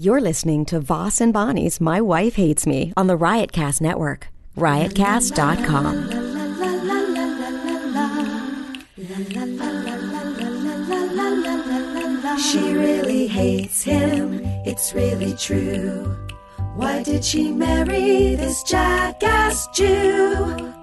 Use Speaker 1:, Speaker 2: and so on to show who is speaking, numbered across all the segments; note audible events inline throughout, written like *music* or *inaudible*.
Speaker 1: You're listening to Voss and Bonnie's My Wife Hates Me on the Riotcast Network. Riotcast.com.
Speaker 2: She really hates him, it's really true. Why did she marry this jackass Jew?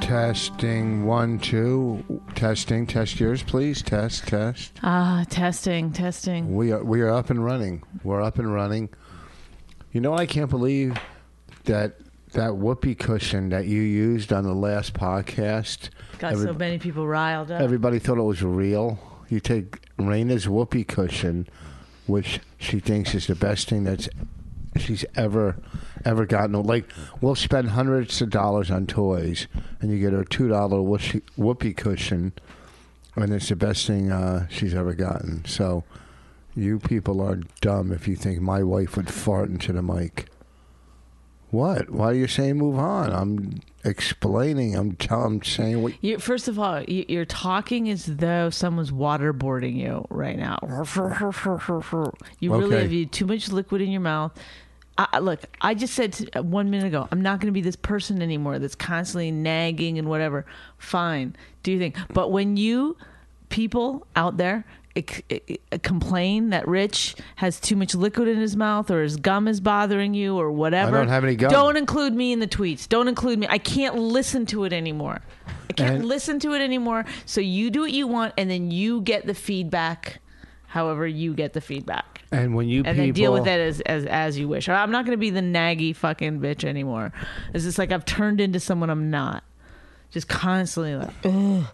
Speaker 3: Testing one, two. Testing, test yours, please. Test, test.
Speaker 4: Ah, testing, testing.
Speaker 3: We are we are up and running. We're up and running. You know, I can't believe that that whoopee cushion that you used on the last podcast.
Speaker 4: Got
Speaker 3: every-
Speaker 4: so many people riled up.
Speaker 3: Everybody thought it was real. You take Raina's whoopee cushion, which she thinks is the best thing that's she's ever ever gotten. Like we'll spend hundreds of dollars on toys, and you get her two dollar whoopee cushion, and it's the best thing uh, she's ever gotten. So. You people are dumb if you think my wife would fart into the mic. What? Why are you saying move on? I'm explaining. I'm, i I'm saying what
Speaker 4: you, first of all, you, you're talking as though someone's waterboarding you right now. You really
Speaker 3: Okay.
Speaker 4: have you too much liquid in your mouth. I, I- look, I just said to, uh, one minute ago, I'm not going to be this person anymore that's constantly nagging and whatever. Fine, do you think? But when you people out there ex- e- e- complain that Rich has too much liquid in his mouth or his gum is bothering you or whatever,
Speaker 3: have any gum.
Speaker 4: Don't include me in the tweets. Don't include me. I can't listen to it anymore. I can't
Speaker 3: And-
Speaker 4: listen to it anymore. So you do what you want, and then you get the feedback. However, you get the feedback,
Speaker 3: And when you
Speaker 4: and
Speaker 3: people
Speaker 4: then deal with that as as as you wish. I'm not going to be the naggy fucking bitch anymore. It's just like I've turned into someone I'm not. Just constantly like, ugh.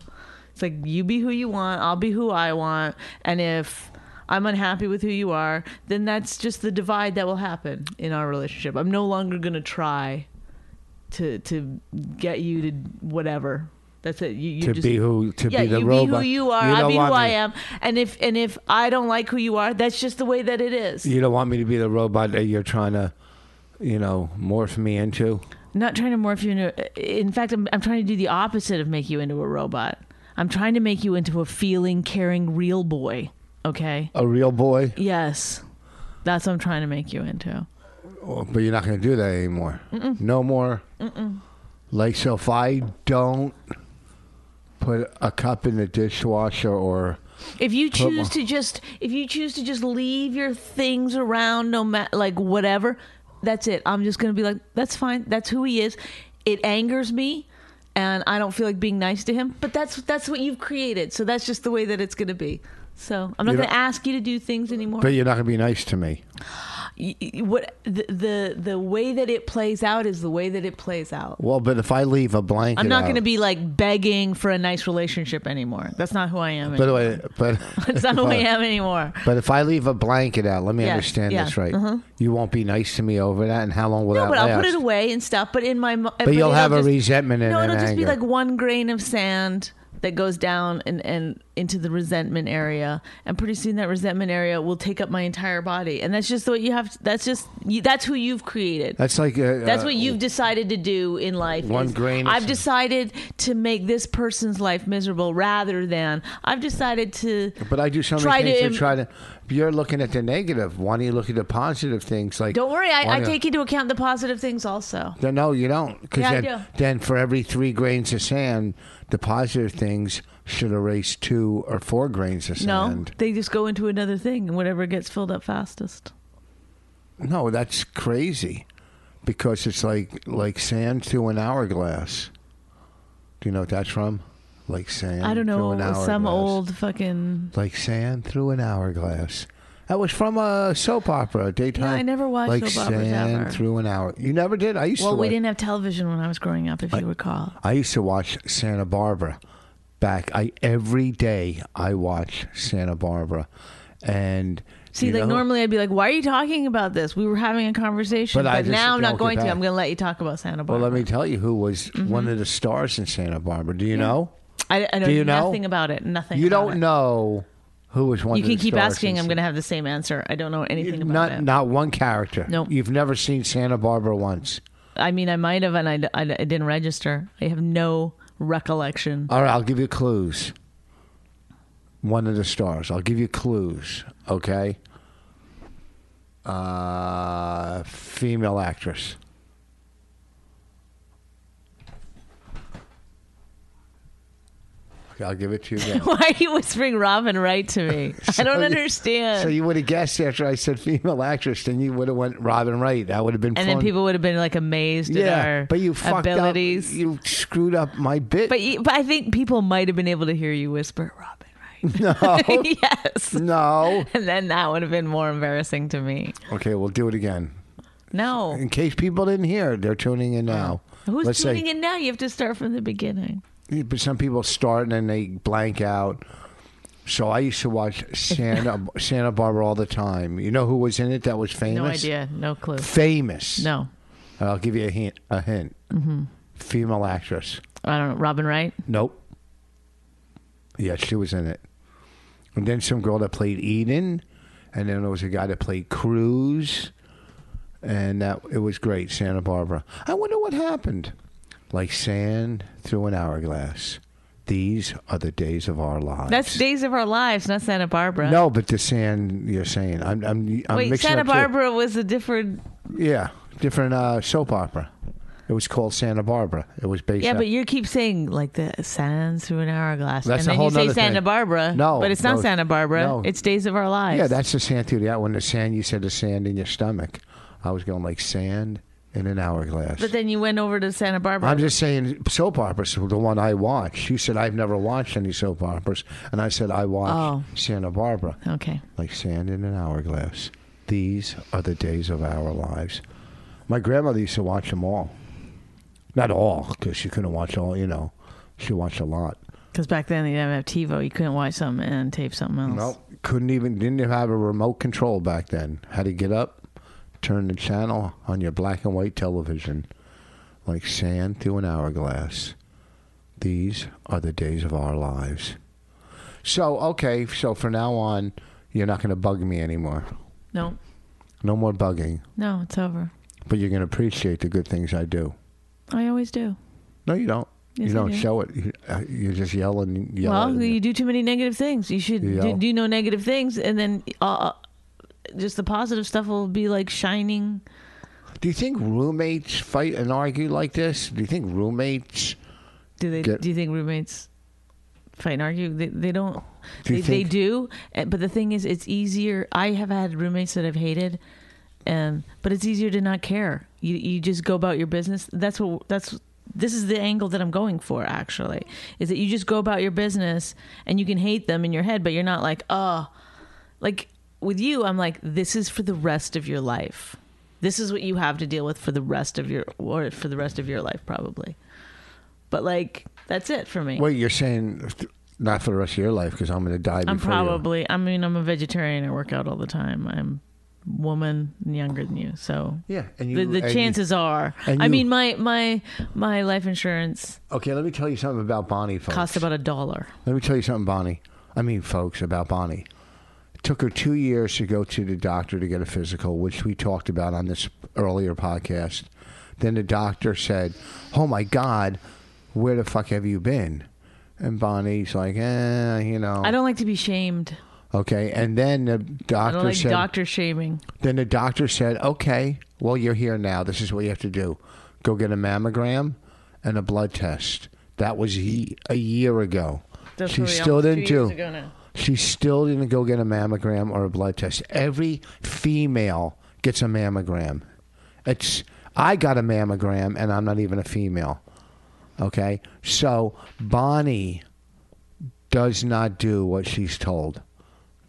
Speaker 4: It's like you be who you want. I'll be who I want. And if I'm unhappy with who you are, then that's just the divide that will happen in our relationship. I'm no longer going to try to to get you to whatever. That's it. You, you
Speaker 3: to
Speaker 4: just,
Speaker 3: be who to
Speaker 4: yeah,
Speaker 3: be the
Speaker 4: you
Speaker 3: robot.
Speaker 4: be who you are.
Speaker 3: don't
Speaker 4: I be who
Speaker 3: want
Speaker 4: I
Speaker 3: me-
Speaker 4: am. And if and if I don't like who you are, that's just the way that it is.
Speaker 3: You don't want me to be the robot that you're trying to, you know, morph me into.
Speaker 4: I'm not trying to morph you into. In fact, I'm, I'm trying to do the opposite of make you into a robot. I'm trying to make you into a feeling, caring, real boy. Okay.
Speaker 3: A real boy,
Speaker 4: Yes, that's what I'm trying to make you into.
Speaker 3: Oh, but you're not going to do that anymore. No more. Like so, if I don't put a cup in the dishwasher or
Speaker 4: If you
Speaker 3: Put
Speaker 4: choose
Speaker 3: my-
Speaker 4: to just, if you choose to just leave your things around, no matter like whatever, that's it. I'm just gonna be like, that's fine. That's who he is. It angers me, and I don't feel like being nice to him. But that's that's what you've created. So that's just the way that it's gonna be. So I'm not
Speaker 3: You
Speaker 4: gonna
Speaker 3: don't-
Speaker 4: ask you to do things anymore.
Speaker 3: but you're not going to be nice to me.
Speaker 4: Y- y- what the, the the way that it plays out is the way that it plays out.
Speaker 3: Well, but if I leave a blanket,
Speaker 4: I'm
Speaker 3: out-
Speaker 4: not going to be like begging for a nice relationship anymore. That's not who I am.
Speaker 3: By the
Speaker 4: *laughs* anymore.
Speaker 3: way, but *laughs*
Speaker 4: That's not who I am anymore.
Speaker 3: But if I leave a blanket out, let me
Speaker 4: Yeah,
Speaker 3: understand
Speaker 4: yeah, Uh-huh.
Speaker 3: this right. You won't be nice to me over that, and how long will
Speaker 4: No,
Speaker 3: that
Speaker 4: but
Speaker 3: last?
Speaker 4: I'll put it away and stuff. But in my, mo- but,
Speaker 3: you'll
Speaker 4: it'll
Speaker 3: have a
Speaker 4: just-
Speaker 3: resentment and
Speaker 4: no,
Speaker 3: an
Speaker 4: it'll just be
Speaker 3: anger.
Speaker 4: like one grain of sand that goes down and and into the resentment area, and pretty soon that resentment area will take up my entire body, and that's just what you have. that's just you, that's who you've created.
Speaker 3: That's like a,
Speaker 4: That's
Speaker 3: uh,
Speaker 4: what you've decided to do in life.
Speaker 3: One
Speaker 4: is,
Speaker 3: grain of
Speaker 4: I've
Speaker 3: sand.
Speaker 4: decided to make this person's life miserable rather than I've decided to.
Speaker 3: But I do so many
Speaker 4: Try to
Speaker 3: things to,
Speaker 4: im-
Speaker 3: try to. You're looking at the negative. Why don't you look at the positive things? Like
Speaker 4: Don't worry,
Speaker 3: why
Speaker 4: I, I
Speaker 3: don't-
Speaker 4: take into account the positive things also.
Speaker 3: No, no, you don't. 'Cause
Speaker 4: Yeah, I
Speaker 3: then,
Speaker 4: do.
Speaker 3: then for every three grains of sand, the positive things should erase two or four grains of
Speaker 4: No,
Speaker 3: sand.
Speaker 4: they just go into another thing, and whatever gets filled up fastest.
Speaker 3: No, that's crazy, because it's like like sand through an hourglass. Do you know what that's from? Like sand.
Speaker 4: I don't know
Speaker 3: through an
Speaker 4: some
Speaker 3: hourglass.
Speaker 4: old fucking.
Speaker 3: like sand through an hourglass. That was from a soap opera, daytime.
Speaker 4: I never watched
Speaker 3: like
Speaker 4: soap operas
Speaker 3: sand
Speaker 4: ever.
Speaker 3: through an hour. You never did. I used
Speaker 4: Well,
Speaker 3: to.
Speaker 4: we
Speaker 3: watch-
Speaker 4: didn't have television when I was growing up, if you recall.
Speaker 3: I used to watch Santa Barbara. Back, I every day I watched Santa Barbara, and
Speaker 4: See,
Speaker 3: You
Speaker 4: like
Speaker 3: know?
Speaker 4: normally I'd be like, "Why are you talking about this? We were having a conversation." But,
Speaker 3: But I just
Speaker 4: now I'm not
Speaker 3: don't
Speaker 4: going
Speaker 3: get
Speaker 4: to.
Speaker 3: back.
Speaker 4: I'm going to let you talk about Santa
Speaker 3: Well,
Speaker 4: Barbara.
Speaker 3: let me tell you who was
Speaker 4: Mm-hmm.
Speaker 3: one of the stars in Santa Barbara. Do you know?
Speaker 4: I, I know,
Speaker 3: Do you know?
Speaker 4: nothing about it. Nothing.
Speaker 3: You
Speaker 4: about
Speaker 3: don't
Speaker 4: it.
Speaker 3: know who was one.
Speaker 4: You
Speaker 3: of
Speaker 4: can
Speaker 3: the
Speaker 4: keep
Speaker 3: stars
Speaker 4: asking.
Speaker 3: in
Speaker 4: I'm
Speaker 3: Sa-
Speaker 4: going to have the same answer. I don't know anything about
Speaker 3: Not
Speaker 4: it.
Speaker 3: not one character.
Speaker 4: Nope.
Speaker 3: You've never seen Santa Barbara once.
Speaker 4: I mean, I might have, and I, I, I didn't register. I have no recollection. *laughs*
Speaker 3: All right, I'll give you clues. One of the stars. I'll give you clues. Okay. Uh, female actress. Okay, I'll give it to you again.
Speaker 4: Why are you whispering Robin Wright to
Speaker 3: *laughs*
Speaker 4: me? I don't
Speaker 3: you-
Speaker 4: understand.
Speaker 3: so you would have guessed after I said female actress, then you would have went Robin Wright. That would have been
Speaker 4: and
Speaker 3: fun.
Speaker 4: then people would have been like amazed at
Speaker 3: yeah,
Speaker 4: our
Speaker 3: but you fucked
Speaker 4: abilities.
Speaker 3: up. You screwed up my bit.
Speaker 4: but you, but I think people might have been able to hear you whisper
Speaker 3: *laughs*
Speaker 4: Robin Wright. No. *laughs* yes.
Speaker 3: no.
Speaker 4: And then that would have been more embarrassing to me.
Speaker 3: Okay, we'll do it again.
Speaker 4: No.
Speaker 3: In case people didn't hear, they're tuning in now.
Speaker 4: Who's
Speaker 3: Let's
Speaker 4: tuning
Speaker 3: say,
Speaker 4: in now? You have to start from the beginning.
Speaker 3: But some people start and then they blank out. So I used to watch Santa *laughs* Santa Barbara all the time. You know who was in it that was
Speaker 4: No
Speaker 3: famous?
Speaker 4: idea. No clue.
Speaker 3: Famous.
Speaker 4: No. Mm-hmm.
Speaker 3: I'll give you a hint. A hint. Female actress.
Speaker 4: I don't know. Robin Wright?
Speaker 3: Nope. Yeah, she was in it. And then some girl that played Eden, and then there was a guy that played Cruz, and that it was great. Santa Barbara. I wonder what happened. Like sand through an hourglass. These are the days of our lives.
Speaker 4: That's Days of Our Lives, not Santa Barbara.
Speaker 3: no, but the sand you're saying. I'm. I'm. I'm
Speaker 4: Wait,
Speaker 3: mixing
Speaker 4: Santa
Speaker 3: up two.
Speaker 4: Barbara was a different.
Speaker 3: Yeah, different uh, soap opera. It was called Santa Barbara. It was based.
Speaker 4: Yeah,
Speaker 3: on-
Speaker 4: but you keep saying like the sands through an hourglass,
Speaker 3: That's
Speaker 4: and
Speaker 3: a
Speaker 4: then
Speaker 3: whole
Speaker 4: you say
Speaker 3: nother
Speaker 4: Santa
Speaker 3: thing.
Speaker 4: Barbara.
Speaker 3: No,
Speaker 4: but it's not
Speaker 3: no,
Speaker 4: Santa Barbara.
Speaker 3: no.
Speaker 4: It's Days of Our Lives.
Speaker 3: Yeah, that's the sand through the out. When the sand, you said the sand in your stomach. I was going like sand in an hourglass.
Speaker 4: But then you went over to Santa Barbara.
Speaker 3: I'm just saying soap operas were the one I watched. You said I've never watched any soap operas, and I said I watched
Speaker 4: Oh.
Speaker 3: Santa Barbara,
Speaker 4: *laughs* okay.
Speaker 3: like sand in an hourglass. These are the days of our lives. My grandmother used to watch them all. Not all, because she couldn't watch all. You know, she watched a lot.
Speaker 4: Because back then they didn't have TiVo. You couldn't watch something and tape something else.
Speaker 3: No, couldn't even didn't even have a remote control back then. Had to get up, turn the channel on your black and white television, like sand through an hourglass. These are the days of our lives. So okay, so from now on, you're not going to bug me anymore.
Speaker 4: No,
Speaker 3: No more bugging,
Speaker 4: no, it's over.
Speaker 3: but you're going to appreciate the good things I do.
Speaker 4: I always do.
Speaker 3: No, you don't.
Speaker 4: Yes,
Speaker 3: you
Speaker 4: I
Speaker 3: don't
Speaker 4: do.
Speaker 3: show it. You- uh, You're just yelling.
Speaker 4: well,
Speaker 3: yelling.
Speaker 4: you do too many negative things. You should
Speaker 3: Yeah.
Speaker 4: do, do no negative things, and then uh, just the positive stuff will be like shining.
Speaker 3: do you think roommates fight and argue like this? Do you think roommates?
Speaker 4: Do they?
Speaker 3: Get-
Speaker 4: do you think roommates fight and argue? They, they don't.
Speaker 3: Do
Speaker 4: they,
Speaker 3: you
Speaker 4: they
Speaker 3: think-
Speaker 4: do, eh, but the thing is, it's easier. I have had roommates that I've hated, and but it's easier to not care. You you just go about your business. That's what that's. This is the angle that I'm going for. Actually, is that you just go about your business and you can hate them in your head, but you're not like, oh, like with you, I'm like, this is for the rest of your life. This is what you have to deal with for the rest of your or for the rest of your life, probably. But like, that's it for me.
Speaker 3: Wait, you're saying not for the rest of your life because I'm going to die.
Speaker 4: I'm
Speaker 3: before
Speaker 4: probably. I mean, I'm a vegetarian. I work out all the time. I'm woman and younger than you, so
Speaker 3: You. Yeah, and you.
Speaker 4: the, the
Speaker 3: and you-
Speaker 4: chances are.
Speaker 3: and
Speaker 4: I
Speaker 3: you-
Speaker 4: mean, my my my life insurance
Speaker 3: okay, let me tell you something about Bonnie, folks.
Speaker 4: costs about a dollar.
Speaker 3: Let me tell you something, Bonnie. I mean, folks, about Bonnie. It took her two years to go to the doctor to get a physical, which we talked about on this earlier podcast. Then the doctor said, Oh my God, where the fuck have you been? And Bonnie's like, eh, you know.
Speaker 4: I don't like to be shamed.
Speaker 3: okay. And then the
Speaker 4: I
Speaker 3: doctor
Speaker 4: don't like
Speaker 3: said,
Speaker 4: doctor shaming.
Speaker 3: Then the doctor said, okay, well, you're here now. This is what you have to do go get a mammogram and a blood test. That was ye- a year ago.
Speaker 4: That's
Speaker 3: she
Speaker 4: what we-
Speaker 3: still
Speaker 4: two
Speaker 3: didn't
Speaker 4: years
Speaker 3: do.
Speaker 4: ago now.
Speaker 3: She still didn't go get a mammogram or a blood test. Every female gets a mammogram. It's I got a mammogram and I'm not even a female. Okay? So Bonnie does not do what she's told.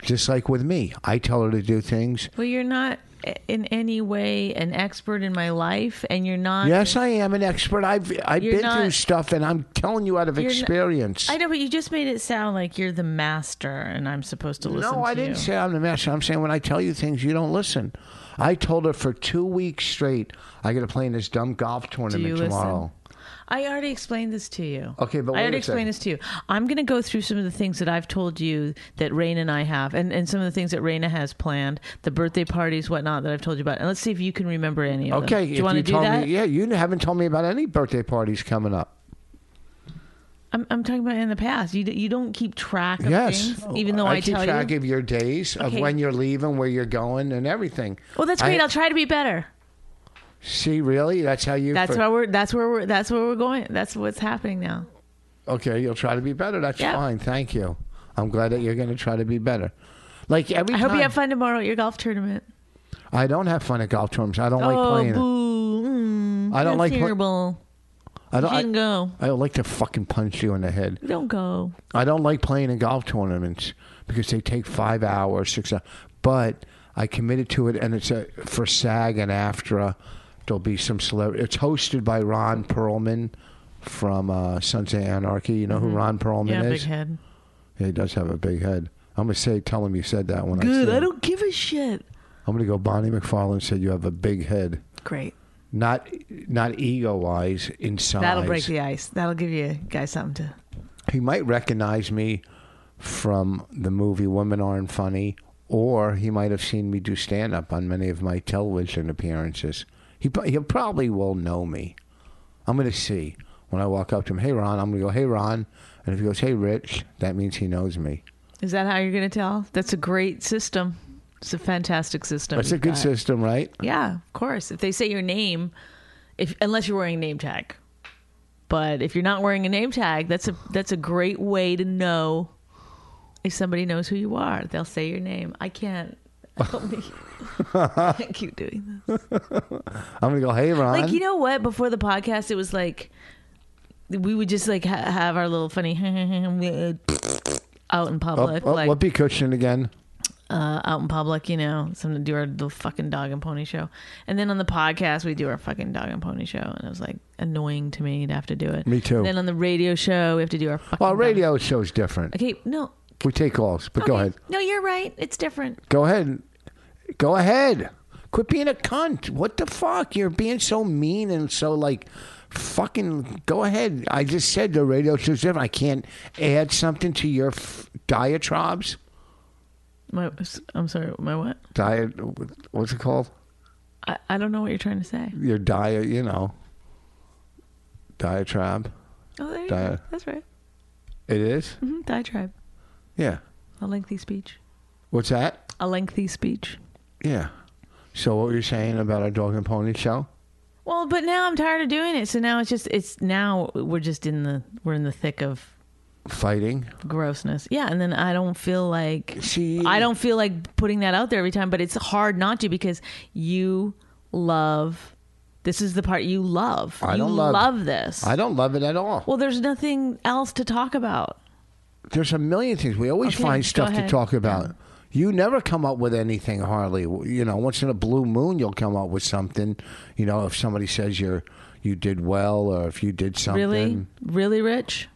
Speaker 3: Just like with me, I tell her to do things.
Speaker 4: Well, you're not i- in any way an expert in my life, and you're not.
Speaker 3: Yes, I am an expert. I've I've
Speaker 4: You're
Speaker 3: been
Speaker 4: not-
Speaker 3: through stuff, and I'm telling you out of
Speaker 4: You're not-
Speaker 3: experience.
Speaker 4: I know, but you just made it sound like you're the master, and I'm supposed to listen.
Speaker 3: no, I
Speaker 4: to
Speaker 3: didn't
Speaker 4: you.
Speaker 3: say I'm the master. I'm saying when I tell you things, you don't listen. I told her for two weeks straight, I got to play in this dumb golf tournament
Speaker 4: you listen?
Speaker 3: tomorrow.
Speaker 4: I already explained this to you.
Speaker 3: Okay, but
Speaker 4: I
Speaker 3: wait
Speaker 4: already
Speaker 3: a second.
Speaker 4: explained this to you. I'm going to go through some of the things that I've told you that Raina and I have, and, and some of the things that Raina has planned, the birthday parties, whatnot, that I've told you about. And let's see if you can remember any of them.
Speaker 3: Okay,
Speaker 4: do
Speaker 3: if
Speaker 4: you want to do
Speaker 3: told
Speaker 4: that?
Speaker 3: Me, yeah, you haven't told me about any birthday parties coming up.
Speaker 4: I'm, I'm talking about in the past. You d- you don't keep track of
Speaker 3: Yes,
Speaker 4: things, even though I,
Speaker 3: keep
Speaker 4: tell
Speaker 3: track
Speaker 4: you.
Speaker 3: of your days, of
Speaker 4: Okay.
Speaker 3: when you're leaving, where you're going, and everything.
Speaker 4: well, that's great.
Speaker 3: I-
Speaker 4: I, will try to be better.
Speaker 3: See, really, that's how you.
Speaker 4: That's
Speaker 3: for-
Speaker 4: where we're. That's where we're. That's where we're going. That's what's happening now.
Speaker 3: Okay, you'll try to be better. That's
Speaker 4: Yeah.
Speaker 3: fine. Thank you. I'm glad that you're going to try to be better. Like every
Speaker 4: I
Speaker 3: time,
Speaker 4: hope you have fun tomorrow at your golf tournament.
Speaker 3: I don't have fun at golf tournaments. I don't like
Speaker 4: oh,
Speaker 3: playing. it.
Speaker 4: boo! Mm,
Speaker 3: I don't
Speaker 4: that's
Speaker 3: like play-
Speaker 4: terrible.
Speaker 3: I don't.
Speaker 4: you can
Speaker 3: I,
Speaker 4: go.
Speaker 3: I don't like to fucking punch you in the head.
Speaker 4: Don't go.
Speaker 3: I don't like playing in golf tournaments because they take five hours, six hours. But I committed to it, and it's a, for SAG and AFTRA. There'll be some celebrity. It's hosted by Ron Perlman from uh, Sons of Anarchy. You know who Ron Perlman
Speaker 4: Mm-hmm. yeah, big
Speaker 3: is?
Speaker 4: head.
Speaker 3: Yeah, he does have a big head. I'm gonna say, tell him you said that when I.
Speaker 4: Good.
Speaker 3: see
Speaker 4: I
Speaker 3: him.
Speaker 4: don't give a shit.
Speaker 3: I'm gonna go. Bonnie McFarlane said you have a big head,
Speaker 4: Great.
Speaker 3: not not ego wise, in size.
Speaker 4: That'll break the ice. That'll give you guys something to.
Speaker 3: He might recognize me from the movie Women Aren't Funny, or he might have seen me do stand up on many of my television appearances. He pro- he probably will know me. I'm gonna see when I walk up to him. Hey Ron, I'm gonna go. Hey Ron, and if he goes, Hey Rich, that means he knows me.
Speaker 4: Is that how you're going to tell? That's a great system. It's a fantastic system.
Speaker 3: That's a
Speaker 4: you've
Speaker 3: good
Speaker 4: got.
Speaker 3: system, right?
Speaker 4: Yeah, of course. If they say your name, if unless you're wearing a name tag, but if you're not wearing a name tag, that's a that's a great way to know if somebody knows who you are. They'll say your name. I
Speaker 3: *laughs*
Speaker 4: can't. Help me. *laughs* I keep doing this.
Speaker 3: I'm gonna go. Hey Ron.
Speaker 4: Like you know what? Before the podcast, it was like we would just like ha- have our little funny *laughs* out in public,
Speaker 3: Up- up-
Speaker 4: like
Speaker 3: Oh, whoopee cushion again.
Speaker 4: uh, out in public, you know, something to do our the fucking dog and pony show. And then on the podcast, we do our fucking dog and pony show. And it was like annoying to me to have to do it.
Speaker 3: Me too.
Speaker 4: then on the radio show, we have to do our fucking.
Speaker 3: Well,
Speaker 4: dog-
Speaker 3: radio show's different.
Speaker 4: Okay, no.
Speaker 3: We take calls, but go
Speaker 4: okay.
Speaker 3: ahead.
Speaker 4: No, you're right. It's different.
Speaker 3: Go ahead. Go ahead. Quit being a cunt. What the fuck? You're being so mean and so like fucking go ahead. I just said the radio show's different. I can't add something to your f- diatribes.
Speaker 4: My, I'm sorry. My what?
Speaker 3: Diet what's it called?
Speaker 4: I, I don't know what you're trying to say.
Speaker 3: Your diet, you know. Diatribe.
Speaker 4: Oh, there you
Speaker 3: Di-
Speaker 4: go. That's right.
Speaker 3: It is?
Speaker 4: Mm-hmm. Diatribe.
Speaker 3: Yeah.
Speaker 4: A lengthy speech.
Speaker 3: What's that?
Speaker 4: A lengthy speech.
Speaker 3: Yeah. So what were you saying about our dog and pony show?
Speaker 4: Well, but now I'm tired of doing it. So now it's just it's now we're just in the we're in the thick of
Speaker 3: Fighting.
Speaker 4: grossness. Yeah, and then I don't feel like
Speaker 3: See-
Speaker 4: I don't feel like putting that out there every time, but it's hard not to because you love this is the part you love.
Speaker 3: I
Speaker 4: you
Speaker 3: don't love-
Speaker 4: this.
Speaker 3: I don't love it at all.
Speaker 4: well, there's nothing else to talk about.
Speaker 3: There's a million things. We always
Speaker 4: Okay,
Speaker 3: find
Speaker 4: go
Speaker 3: stuff to
Speaker 4: ahead.
Speaker 3: talk about. You never come up with anything, hardly. You know, once in a blue moon, you'll come up with something. You know, if somebody says you're you did well, or if you did something.
Speaker 4: Really? Really rich?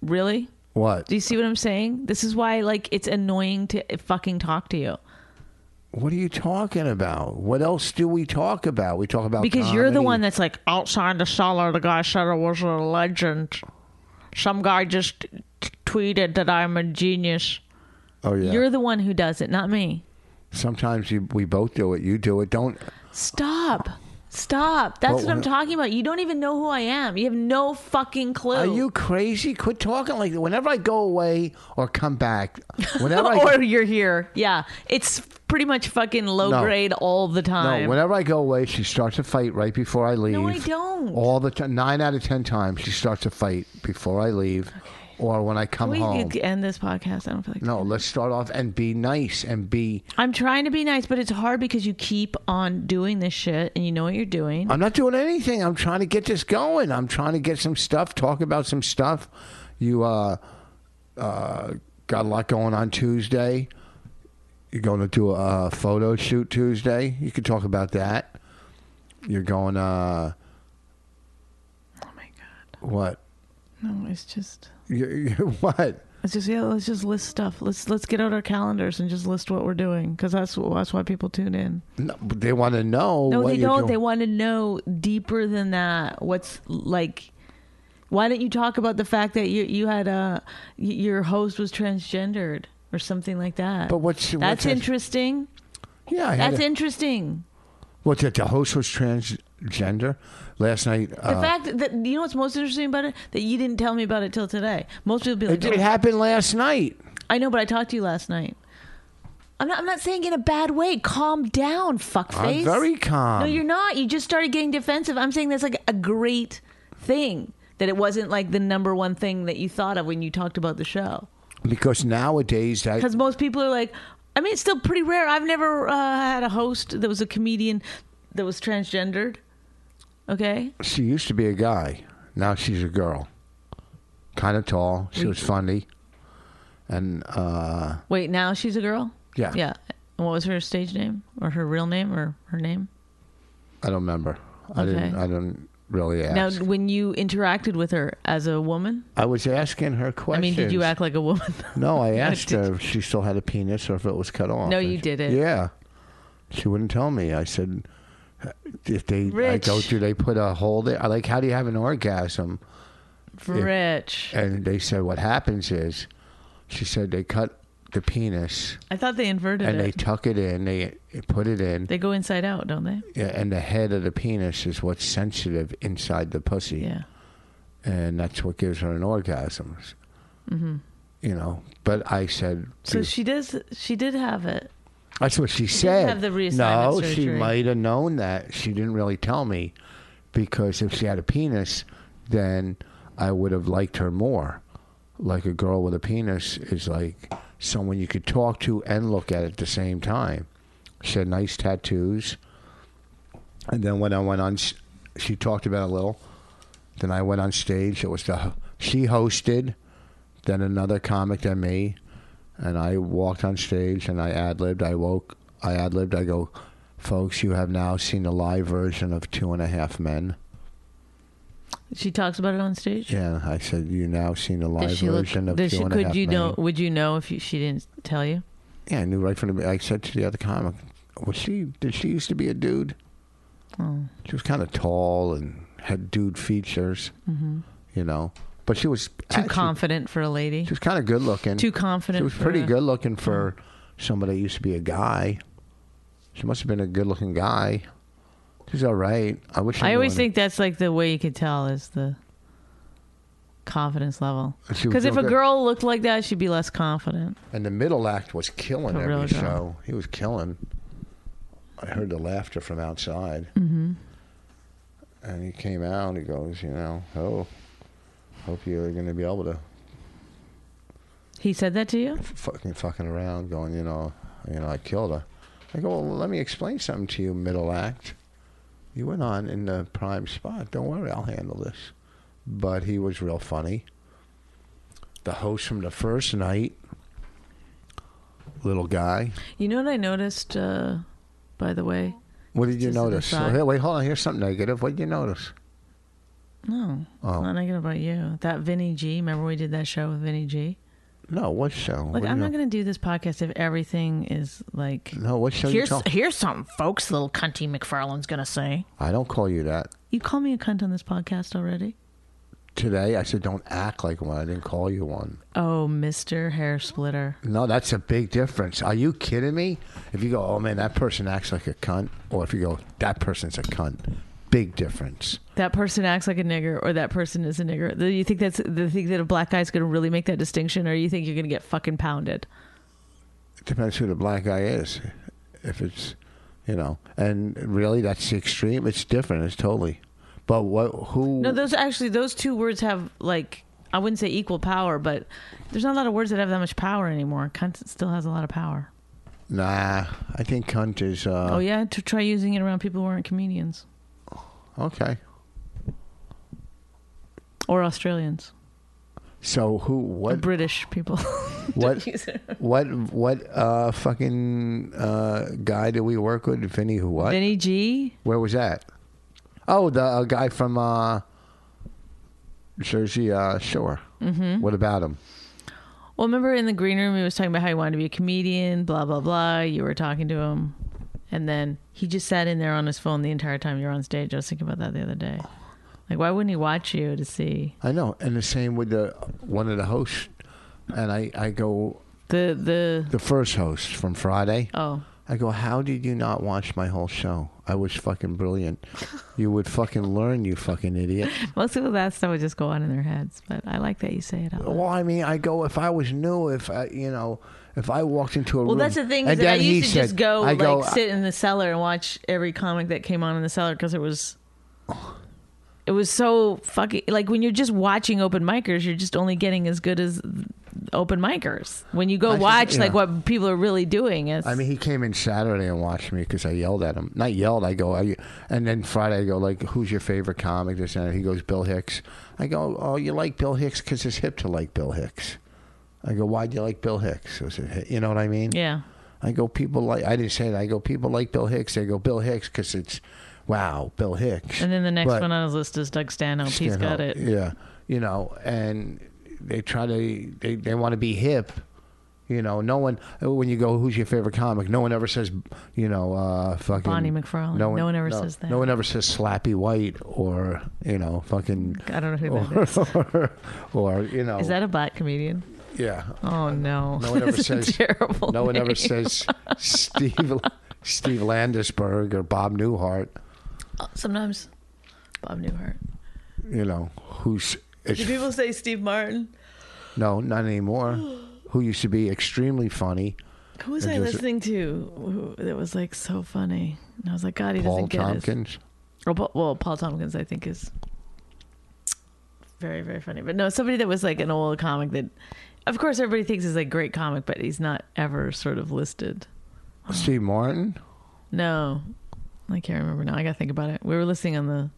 Speaker 4: Really?
Speaker 3: What?
Speaker 4: Do you see what I'm saying? This is why like it's annoying to fucking talk to you.
Speaker 3: What are you talking about? What else do we talk about? We talk about
Speaker 4: Because you're the
Speaker 3: comedy.
Speaker 4: one that's like outside the cellar. The guy said I was a legend. Some guy just t- tweeted that I'm a genius.
Speaker 3: Oh yeah.
Speaker 4: You're the one who does it, not me.
Speaker 3: Sometimes you, we both do it. You do it. Don't.
Speaker 4: Stop. Stop. That's
Speaker 3: Well,
Speaker 4: what I'm
Speaker 3: when-
Speaker 4: talking about. You don't even know who I am. You have no fucking clue.
Speaker 3: Are
Speaker 4: *laughs*
Speaker 3: you crazy? Quit talking like that. Whenever I go away or come back,
Speaker 4: *laughs*
Speaker 3: whenever I
Speaker 4: or you're here. Yeah. It's pretty much fucking low
Speaker 3: No.
Speaker 4: grade all the time.
Speaker 3: No, whenever I go away, she starts a fight right before I leave.
Speaker 4: I don't.
Speaker 3: All the time, nine out of ten times, she starts a fight before I leave, or when I come
Speaker 4: we
Speaker 3: home.
Speaker 4: could end this podcast. I don't feel like
Speaker 3: no, let's start off and be nice and be.
Speaker 4: I'm trying to be nice, but it's hard because you keep on doing this shit and you know what you're doing.
Speaker 3: I'm not doing anything. I'm trying to get this going. I'm trying to get some stuff. Talk about some stuff. You uh, uh, got a lot going on Tuesday. You're going to do a uh, photo shoot Tuesday. You can talk about that. You're going. uh
Speaker 4: Oh my god.
Speaker 3: What?
Speaker 4: No, it's just
Speaker 3: You, you, *laughs* what?
Speaker 4: it's just yeah, let's just list stuff. Let's let's get out our calendars and just list what we're doing cuz that's that's why people tune in.
Speaker 3: No, but they want to know.
Speaker 4: No,
Speaker 3: what
Speaker 4: they
Speaker 3: you're
Speaker 4: don't.
Speaker 3: doing.
Speaker 4: They want to know deeper than that. What's like? Why don't you talk about the fact that you you had a y- your host was transgendered or something like that?
Speaker 3: But what's
Speaker 4: that's
Speaker 3: what's that-
Speaker 4: interesting.
Speaker 3: Yeah, I had
Speaker 4: That's
Speaker 3: a-
Speaker 4: interesting.
Speaker 3: What's it? The host was transgender last night.
Speaker 4: The
Speaker 3: Uh,
Speaker 4: fact that you know what's most interesting about it that you didn't tell me about it till today. Most people be
Speaker 3: it,
Speaker 4: like,
Speaker 3: it
Speaker 4: "Oh,
Speaker 3: happened last night.
Speaker 4: I know, but I talked to you last night. I'm not. I'm not saying in a bad way. Calm down, fuckface.
Speaker 3: I'm very calm.
Speaker 4: No, you're not. You just started getting defensive. I'm saying that's like a great thing that it wasn't like the number one thing that you thought of when you talked about the show.
Speaker 3: because nowadays, I,
Speaker 4: Because most people are like, I mean, it's still pretty rare. I've never uh, had a host that was a comedian that was transgendered. Okay,
Speaker 3: she used to be a guy. Now she's a girl. Kind of tall. She was funny. And uh,
Speaker 4: wait. Now she's a girl.
Speaker 3: Yeah.
Speaker 4: Yeah. And what was her stage name or her real name or her name?
Speaker 3: I don't remember. I didn't.
Speaker 4: Okay.
Speaker 3: I didn't really
Speaker 4: Now,
Speaker 3: ask.
Speaker 4: when you interacted with her as a woman,
Speaker 3: I was asking her
Speaker 4: I
Speaker 3: questions.
Speaker 4: mean, did you act like a woman? *laughs*
Speaker 3: No, I asked
Speaker 4: did
Speaker 3: her if she still had a penis or if it was cut off.
Speaker 4: No,
Speaker 3: And
Speaker 4: you
Speaker 3: she-
Speaker 4: didn't.
Speaker 3: Yeah, she wouldn't tell me. I said, if they, I
Speaker 4: Rich.
Speaker 3: go, do they put a hole there? I like, how do you have an orgasm?
Speaker 4: Rich.
Speaker 3: And they said, what happens is, she said they cut the penis
Speaker 4: I thought they inverted
Speaker 3: *laughs* and
Speaker 4: it.
Speaker 3: they tuck it in, they put it in,
Speaker 4: They go inside out, don't they?
Speaker 3: yeah, and the head of the penis is what's sensitive inside the pussy.
Speaker 4: Yeah.
Speaker 3: and that's what gives her an orgasm. You know, but I said
Speaker 4: Mm-hmm. So she does. She did have it.
Speaker 3: that's what she,
Speaker 4: didn't
Speaker 3: said.
Speaker 4: have the reassignment
Speaker 3: no, she
Speaker 4: surgery.
Speaker 3: might have known that. She didn't really tell me because if she had a penis, then I would have liked her more. Like a girl with a penis is like someone you could talk to and look at at the same time. She had nice tattoos. And then when I went on, s- she talked about it a little. Then I went on stage. It was the she hosted, then another comic, then me, and I walked on stage and I ad libbed. I woke. I ad libbed. I go, folks, you have now seen the live version of Two and a Half Men.
Speaker 4: She talks about it on stage.
Speaker 3: Yeah, I said you now seen the live
Speaker 4: Does she look?
Speaker 3: version of
Speaker 4: Does
Speaker 3: Two
Speaker 4: she,
Speaker 3: and a Half
Speaker 4: could you
Speaker 3: Men.
Speaker 4: know? Would you know if you, she didn't tell you?
Speaker 3: Yeah, I knew right from the. I said to the other comic, was she? Did she used to be a dude?
Speaker 4: Oh.
Speaker 3: She was kind of tall and had dude features, you know. But she was
Speaker 4: Mm-hmm. Too
Speaker 3: actually-
Speaker 4: confident for a lady.
Speaker 3: She was kind of good looking.
Speaker 4: Too confident.
Speaker 3: She was
Speaker 4: for
Speaker 3: pretty
Speaker 4: a-
Speaker 3: good looking for somebody that used to be a guy. She must have been a good looking guy. She's all right. I wish.
Speaker 4: I
Speaker 3: knew
Speaker 4: always
Speaker 3: her.
Speaker 4: think that's like the way you could tell is the confidence level.
Speaker 3: She was
Speaker 4: Because if
Speaker 3: real
Speaker 4: a
Speaker 3: good.
Speaker 4: girl looked like that, she'd be less confident.
Speaker 3: and the middle act was killing
Speaker 4: A
Speaker 3: every
Speaker 4: real girl.
Speaker 3: show. He was killing. I heard the laughter from outside.
Speaker 4: Mm-hmm.
Speaker 3: And he came out. He goes, you know, oh, hope you're going to be able to
Speaker 4: He said that to you.
Speaker 3: fucking fucking around, going, you know, you know, I killed her. I go, well, let me explain something to you, middle act. You went on in the prime spot. Don't worry, I'll handle this. But he was real funny. The host from the first night, little guy.
Speaker 4: You know what I noticed? Uh, by the way,
Speaker 3: What did you
Speaker 4: Just an
Speaker 3: notice?
Speaker 4: aside.
Speaker 3: Oh, here, wait, hold on. Here's something negative. What did you notice?
Speaker 4: no,
Speaker 3: Oh.
Speaker 4: it's not negative about you. That Vinny G. Remember we did that show with Vinny G.
Speaker 3: No, what show? What
Speaker 4: Like
Speaker 3: do you
Speaker 4: I'm not
Speaker 3: know?
Speaker 4: going to do this podcast if everything is like.
Speaker 3: No, what show you
Speaker 4: Here's
Speaker 3: call?
Speaker 4: here's something, folks. Little cunty McFarlane's going to say.
Speaker 3: I don't call you that.
Speaker 4: You call me a cunt on this podcast already?
Speaker 3: Today, I said don't act like one. I didn't call you one.
Speaker 4: Oh, Mister Hair Splitter.
Speaker 3: No, that's a big difference. Are you kidding me? If you go, oh man, that person acts like a cunt, or if you go, that person's a cunt, big difference.
Speaker 4: That person acts like a nigger, or that person is a nigger. Do you think that's the think that a black guy's going to really make that distinction, or you think you're going to get fucking pounded?
Speaker 3: It depends who the black guy is. If it's, you know, and really that's the extreme. It's different. It's totally. But what? Who?
Speaker 4: No, those actually those two words have like I wouldn't say equal power, but there's not a lot of words that have that much power anymore. Cunt still has a lot of power.
Speaker 3: nah, I think cunt is. Uh,
Speaker 4: oh yeah, to try using it around people who aren't comedians
Speaker 3: Okay.
Speaker 4: or Australians,
Speaker 3: So who?
Speaker 4: or
Speaker 3: What?
Speaker 4: British people. *laughs*
Speaker 3: What
Speaker 4: use it.
Speaker 3: what what uh fucking uh guy do we work with? Vinny who what?
Speaker 4: Vinny G.
Speaker 3: Where was that? Oh, the uh, guy from uh Jersey uh, Shore. Mm-hmm. What about him?
Speaker 4: Well, remember in the green room, he was talking about how he wanted to be a comedian, blah, blah, blah. You were talking to him. And then he just sat in there on his phone the entire time you were on stage. I was thinking about that the other day. Like, why wouldn't he watch you to see
Speaker 3: I know. And the same with the one of the hosts. And I I go
Speaker 4: the, the,
Speaker 3: the first host from Friday.
Speaker 4: oh,
Speaker 3: I go, how did you not watch my whole show? I was fucking brilliant. You would fucking learn, you fucking
Speaker 4: *laughs*
Speaker 3: idiot.
Speaker 4: most people that stuff would just go on in their heads. But I like that you say it out loud.
Speaker 3: Well, I mean, I go if I was new, if I, you know, if I walked into a room.
Speaker 4: Well, that's the thing. Is
Speaker 3: and
Speaker 4: that I
Speaker 3: then he
Speaker 4: used to just
Speaker 3: said-
Speaker 4: go,
Speaker 3: I
Speaker 4: like, sit in the cellar and watch every comic that came on in the cellar because it was, it was so fucking like when you're just watching open micers, you're just only getting as good as open micers. When you go
Speaker 3: I think-
Speaker 4: watch like
Speaker 3: yeah.
Speaker 4: what people are really doing, it's
Speaker 3: I mean, he came in Saturday and watched me because I yelled at him. Not yelled. I go, Are you, and then Friday I go like, "Who's your favorite comic?" This and that. he goes, "Bill Hicks." I go, "Oh, you like Bill Hicks because it's hip to like Bill Hicks." I go, "Why do you like Bill Hicks?" Was it, hi- you know what I mean?
Speaker 4: yeah.
Speaker 3: I go, people like. I didn't say that. I go, people like Bill Hicks. They go, Bill Hicks because it's, wow, Bill Hicks.
Speaker 4: And then the next
Speaker 3: But-
Speaker 4: one on his list is Doug Stanhope. He's
Speaker 3: you know,
Speaker 4: got it.
Speaker 3: Yeah, you know, and they try to they, they want to be hip. You know, no one when you go, who's your favorite comic? No one ever says, you know, uh, fucking
Speaker 4: Bonnie McFarlane. No one ever says that.
Speaker 3: No one ever says Slappy White or you know, fucking.
Speaker 4: I don't know who that
Speaker 3: *laughs* Or, or,
Speaker 4: is.
Speaker 3: you know,
Speaker 4: Is that a black comedian? *laughs*
Speaker 3: yeah?
Speaker 4: Oh no!
Speaker 3: No
Speaker 4: *laughs*
Speaker 3: one ever
Speaker 4: That's a
Speaker 3: says
Speaker 4: terrible.
Speaker 3: No one ever
Speaker 4: name.
Speaker 3: says
Speaker 4: *laughs*
Speaker 3: Steve Steve Landisberg or Bob Newhart.
Speaker 4: Uh, Sometimes Bob
Speaker 3: *laughs*
Speaker 4: Newhart.
Speaker 3: You know, who's it's
Speaker 4: Do people say Steve Martin?
Speaker 3: No, not anymore.
Speaker 4: *gasps*
Speaker 3: Who used to be extremely funny.
Speaker 4: Who was
Speaker 3: And
Speaker 4: I
Speaker 3: just-
Speaker 4: listening to who, that was like so funny? And I was like, God, he
Speaker 3: Paul
Speaker 4: doesn't get it.
Speaker 3: Tompkins.
Speaker 4: Well, Paul, well, Paul Tompkins, I think, is very, very funny. But no, somebody that was like an old comic that, of course, everybody thinks is a great comic, but he's not ever sort of listed.
Speaker 3: Steve Martin
Speaker 4: No, I can't remember now. I got to think about it. We were listening on the,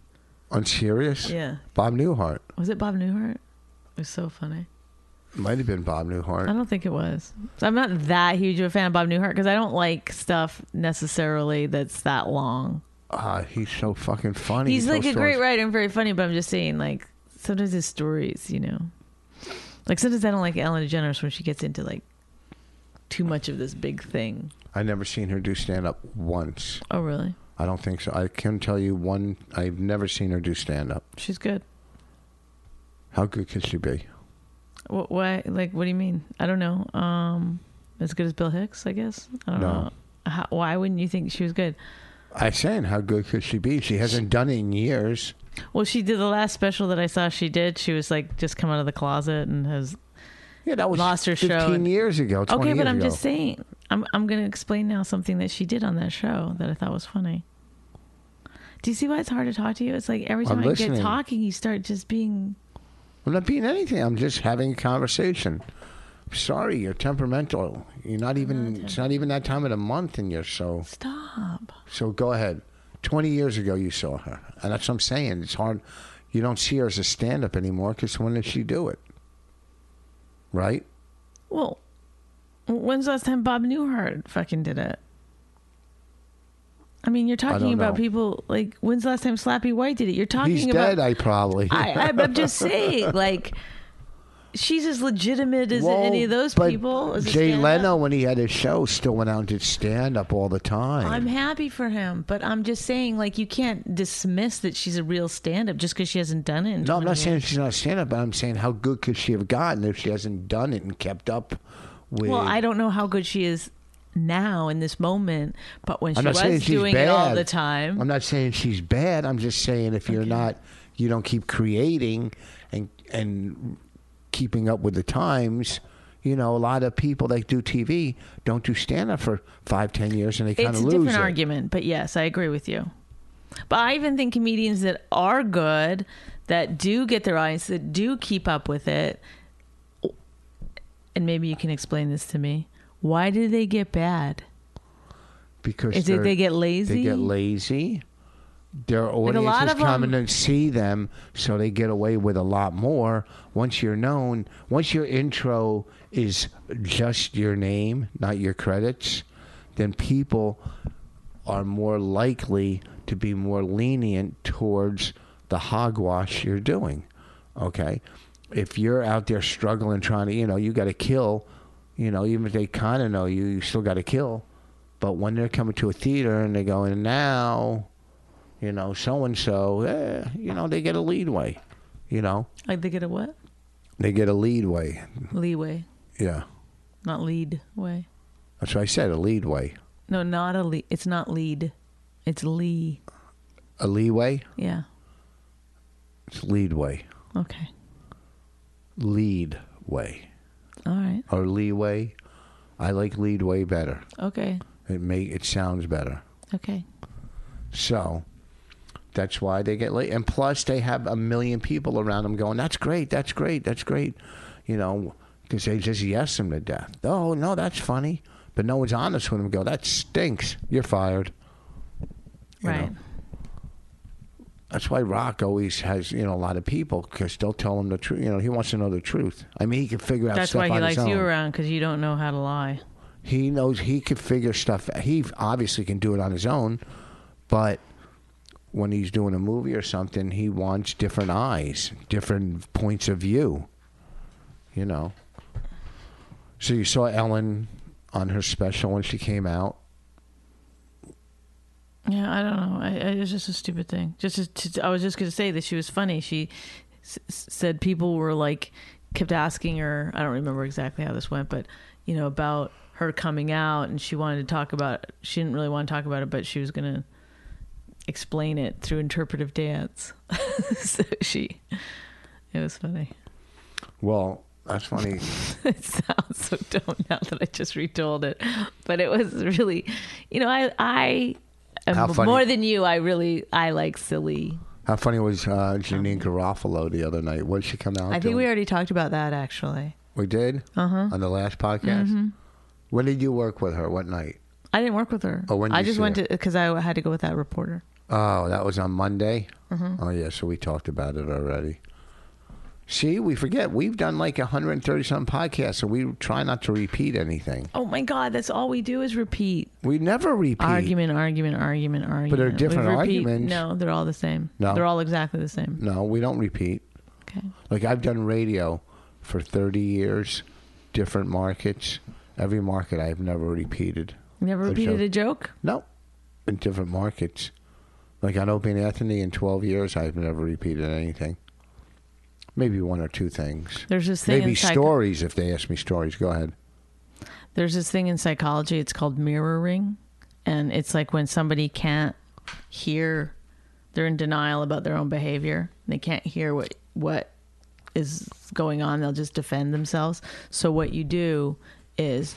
Speaker 3: on Sirius.
Speaker 4: yeah.
Speaker 3: Bob Newhart.
Speaker 4: Was it Bob Newhart? It was so funny.
Speaker 3: Might have been Bob
Speaker 4: I
Speaker 3: Newhart.
Speaker 4: don't think it was. So I'm not that huge of a fan of Bob Newhart because I don't like stuff necessarily that's that long.
Speaker 3: Ah, he's so fucking funny.
Speaker 4: he's
Speaker 3: He
Speaker 4: like a
Speaker 3: tells
Speaker 4: great
Speaker 3: stories.
Speaker 4: writer and very funny, but I'm just saying, like sometimes his stories, you know, like sometimes I don't like Ellen DeGeneres when she gets into like too much of this big thing.
Speaker 3: I never seen her do stand up once.
Speaker 4: Oh, really?
Speaker 3: I don't think so. I can tell you one I've never seen her do stand up.
Speaker 4: She's good.
Speaker 3: How good could she be?
Speaker 4: What? Why? Like, what do you mean? I don't know. Um, as good as Bill Hicks, I guess. I don't
Speaker 3: No.
Speaker 4: know. How, why wouldn't you think she was good?
Speaker 3: I'm saying how good could she be? She hasn't done it in years.
Speaker 4: Well, she did the last special that I saw. She did. She was like just come out of the closet and has
Speaker 3: Yeah, that was
Speaker 4: Lost her show
Speaker 3: fifteen
Speaker 4: and-
Speaker 3: years ago. 20
Speaker 4: Okay, but
Speaker 3: years
Speaker 4: I'm
Speaker 3: ago.
Speaker 4: just saying. I'm I'm going to explain now something that she did on that show that I thought was funny. Do you see why it's hard to talk to you? It's like every
Speaker 3: I'm
Speaker 4: time I get
Speaker 3: listening.
Speaker 4: talking, you start just being.
Speaker 3: I'm not being anything. I'm just having a conversation. I'm sorry, you're temperamental. You're not even. it's not even that time of the month, and you're so.
Speaker 4: Stop.
Speaker 3: So go ahead. Twenty years ago, you saw her, and that's what I'm saying. It's hard. You don't see her as a stand-up anymore because when did she do it? Right?
Speaker 4: Well, when's the last time Bob Newhart fucking did it? I mean, you're talking
Speaker 3: don't
Speaker 4: about
Speaker 3: know.
Speaker 4: people like when's the last time Slappy White did it? You're talking
Speaker 3: He's
Speaker 4: about
Speaker 3: dead. *laughs* I probably.
Speaker 4: I, I I'm just saying like she's as legitimate as
Speaker 3: Well,
Speaker 4: any of those
Speaker 3: but
Speaker 4: people. as a
Speaker 3: Jay
Speaker 4: stand-up.
Speaker 3: Leno, when he had his show, still went out and did stand-up all the time.
Speaker 4: I'm happy for him, but I'm just saying, like, you can't dismiss that she's a real stand-up just because she hasn't done it. In
Speaker 3: No, I'm
Speaker 4: 20
Speaker 3: not
Speaker 4: years.
Speaker 3: saying she's not a stand up, but I'm saying how good could she have gotten if she hasn't done it and kept up with.
Speaker 4: Well, I don't know how good she is now in this moment, but when
Speaker 3: I'm
Speaker 4: she
Speaker 3: not saying
Speaker 4: was
Speaker 3: she's
Speaker 4: doing
Speaker 3: bad.
Speaker 4: it all the time,
Speaker 3: I'm not saying she's bad. I'm just saying if you're not, you don't keep creating and and keeping up with the times. You know, a lot of people that do TV don't do stand up for five, ten years, and they kind
Speaker 4: it's
Speaker 3: of
Speaker 4: a
Speaker 3: lose
Speaker 4: different
Speaker 3: it.
Speaker 4: argument. But yes, I agree with you. But I even think comedians that are good, that do get their audience, that do keep up with it, and maybe you can explain this to me. Why do they get bad?
Speaker 3: because
Speaker 4: Is it
Speaker 3: they're-
Speaker 4: they get lazy?
Speaker 3: They get lazy. their
Speaker 4: a
Speaker 3: audiences
Speaker 4: lot of
Speaker 3: come in
Speaker 4: them-
Speaker 3: and see them, so they get away with a lot more. Once you're known, once your intro is just your name, not your credits, then people are more likely to be more lenient towards the hogwash you're doing. Okay, if you're out there struggling, trying to, you know, you got to kill. You know, even if they kind of know you, you still got to kill. But when they're coming to a theater and they're going now, you know, so and so, eh, you know, they get a lead way. You know,
Speaker 4: Like they get a what?
Speaker 3: they get a lead way.
Speaker 4: Leeway,
Speaker 3: Yeah,
Speaker 4: not lead way.
Speaker 3: that's what I said. A lead way,
Speaker 4: No, not a lead. It's not lead. It's Lee.
Speaker 3: a leeway.
Speaker 4: Yeah.
Speaker 3: It's lead way,
Speaker 4: Okay.
Speaker 3: lead way,
Speaker 4: All right.
Speaker 3: or leeway. I like lead way better.
Speaker 4: Okay.
Speaker 3: It make it sounds better.
Speaker 4: Okay.
Speaker 3: So that's why they get late. And plus, they have a million people around them going, "That's great, that's great, that's great," you know, because they just yes them to death. Oh no, that's funny, but no one's honest with them. Go, that stinks. You're fired. You know?
Speaker 4: Right.
Speaker 3: That's why Rock always has you know a lot of people because they'll tell him the truth. You know, he wants to know the truth. I mean, he can figure out.
Speaker 4: That's
Speaker 3: stuff
Speaker 4: why he
Speaker 3: on his
Speaker 4: likes you
Speaker 3: own.
Speaker 4: around because you don't know how to lie.
Speaker 3: he knows he could figure stuff he obviously can do it on his own but when he's doing a movie or something he wants different eyes different points of view you know so you saw ellen on her special when she came out
Speaker 4: Yeah, I don't know. I, I, it's just a stupid thing. Just to, to- I was just gonna say that she was funny. She s- s- said people were like kept asking her. I don't remember exactly how this went, but you know about her coming out, and she wanted to talk about. She didn't really want to talk about it, but she was gonna explain it through interpretive dance. *laughs* so she, it was funny.
Speaker 3: well that's funny
Speaker 4: *laughs* It sounds so dumb now that I just retold it, but it was really, you know, I I am
Speaker 3: How funny.
Speaker 4: more than you. I really I like silly.
Speaker 3: how funny was uh, janine garofalo the other night what did she come out
Speaker 4: I think we
Speaker 3: doing?
Speaker 4: already talked about that actually.
Speaker 3: we did uh-huh. on the last podcast when did you work with her what night
Speaker 4: I didn't work with her.
Speaker 3: Oh, when did
Speaker 4: I
Speaker 3: you
Speaker 4: just
Speaker 3: see
Speaker 4: went
Speaker 3: her?
Speaker 4: to because I had to go with that reporter.
Speaker 3: Oh, that was on Monday. Oh yeah, so we talked about it already. See, we forget we've done like 130 some podcasts, so we try not to repeat anything.
Speaker 4: Oh my God, that's all we do is repeat
Speaker 3: We never repeat.
Speaker 4: argument, argument, argument, argument.
Speaker 3: they're
Speaker 4: We
Speaker 3: different
Speaker 4: repeat-
Speaker 3: arguments.
Speaker 4: No, they're all the same.
Speaker 3: No.
Speaker 4: they're all exactly the same.
Speaker 3: No, we don't repeat.
Speaker 4: Okay.
Speaker 3: Like I've done radio for 30 years, different markets. Every market I've never repeated.
Speaker 4: You Never
Speaker 3: A
Speaker 4: repeated
Speaker 3: joke.
Speaker 4: a joke.
Speaker 3: No, in different markets. Like on Open Anthony, in 12 years, I've never repeated anything. Maybe one or two things.
Speaker 4: There's this thing
Speaker 3: Maybe
Speaker 4: in psych-
Speaker 3: stories if they ask me stories. Go ahead.
Speaker 4: There's this thing in psychology, it's called mirroring. And it's like when somebody can't hear, they're in denial about their own behavior. They can't hear what, what is going on. They'll just defend themselves. So what you do is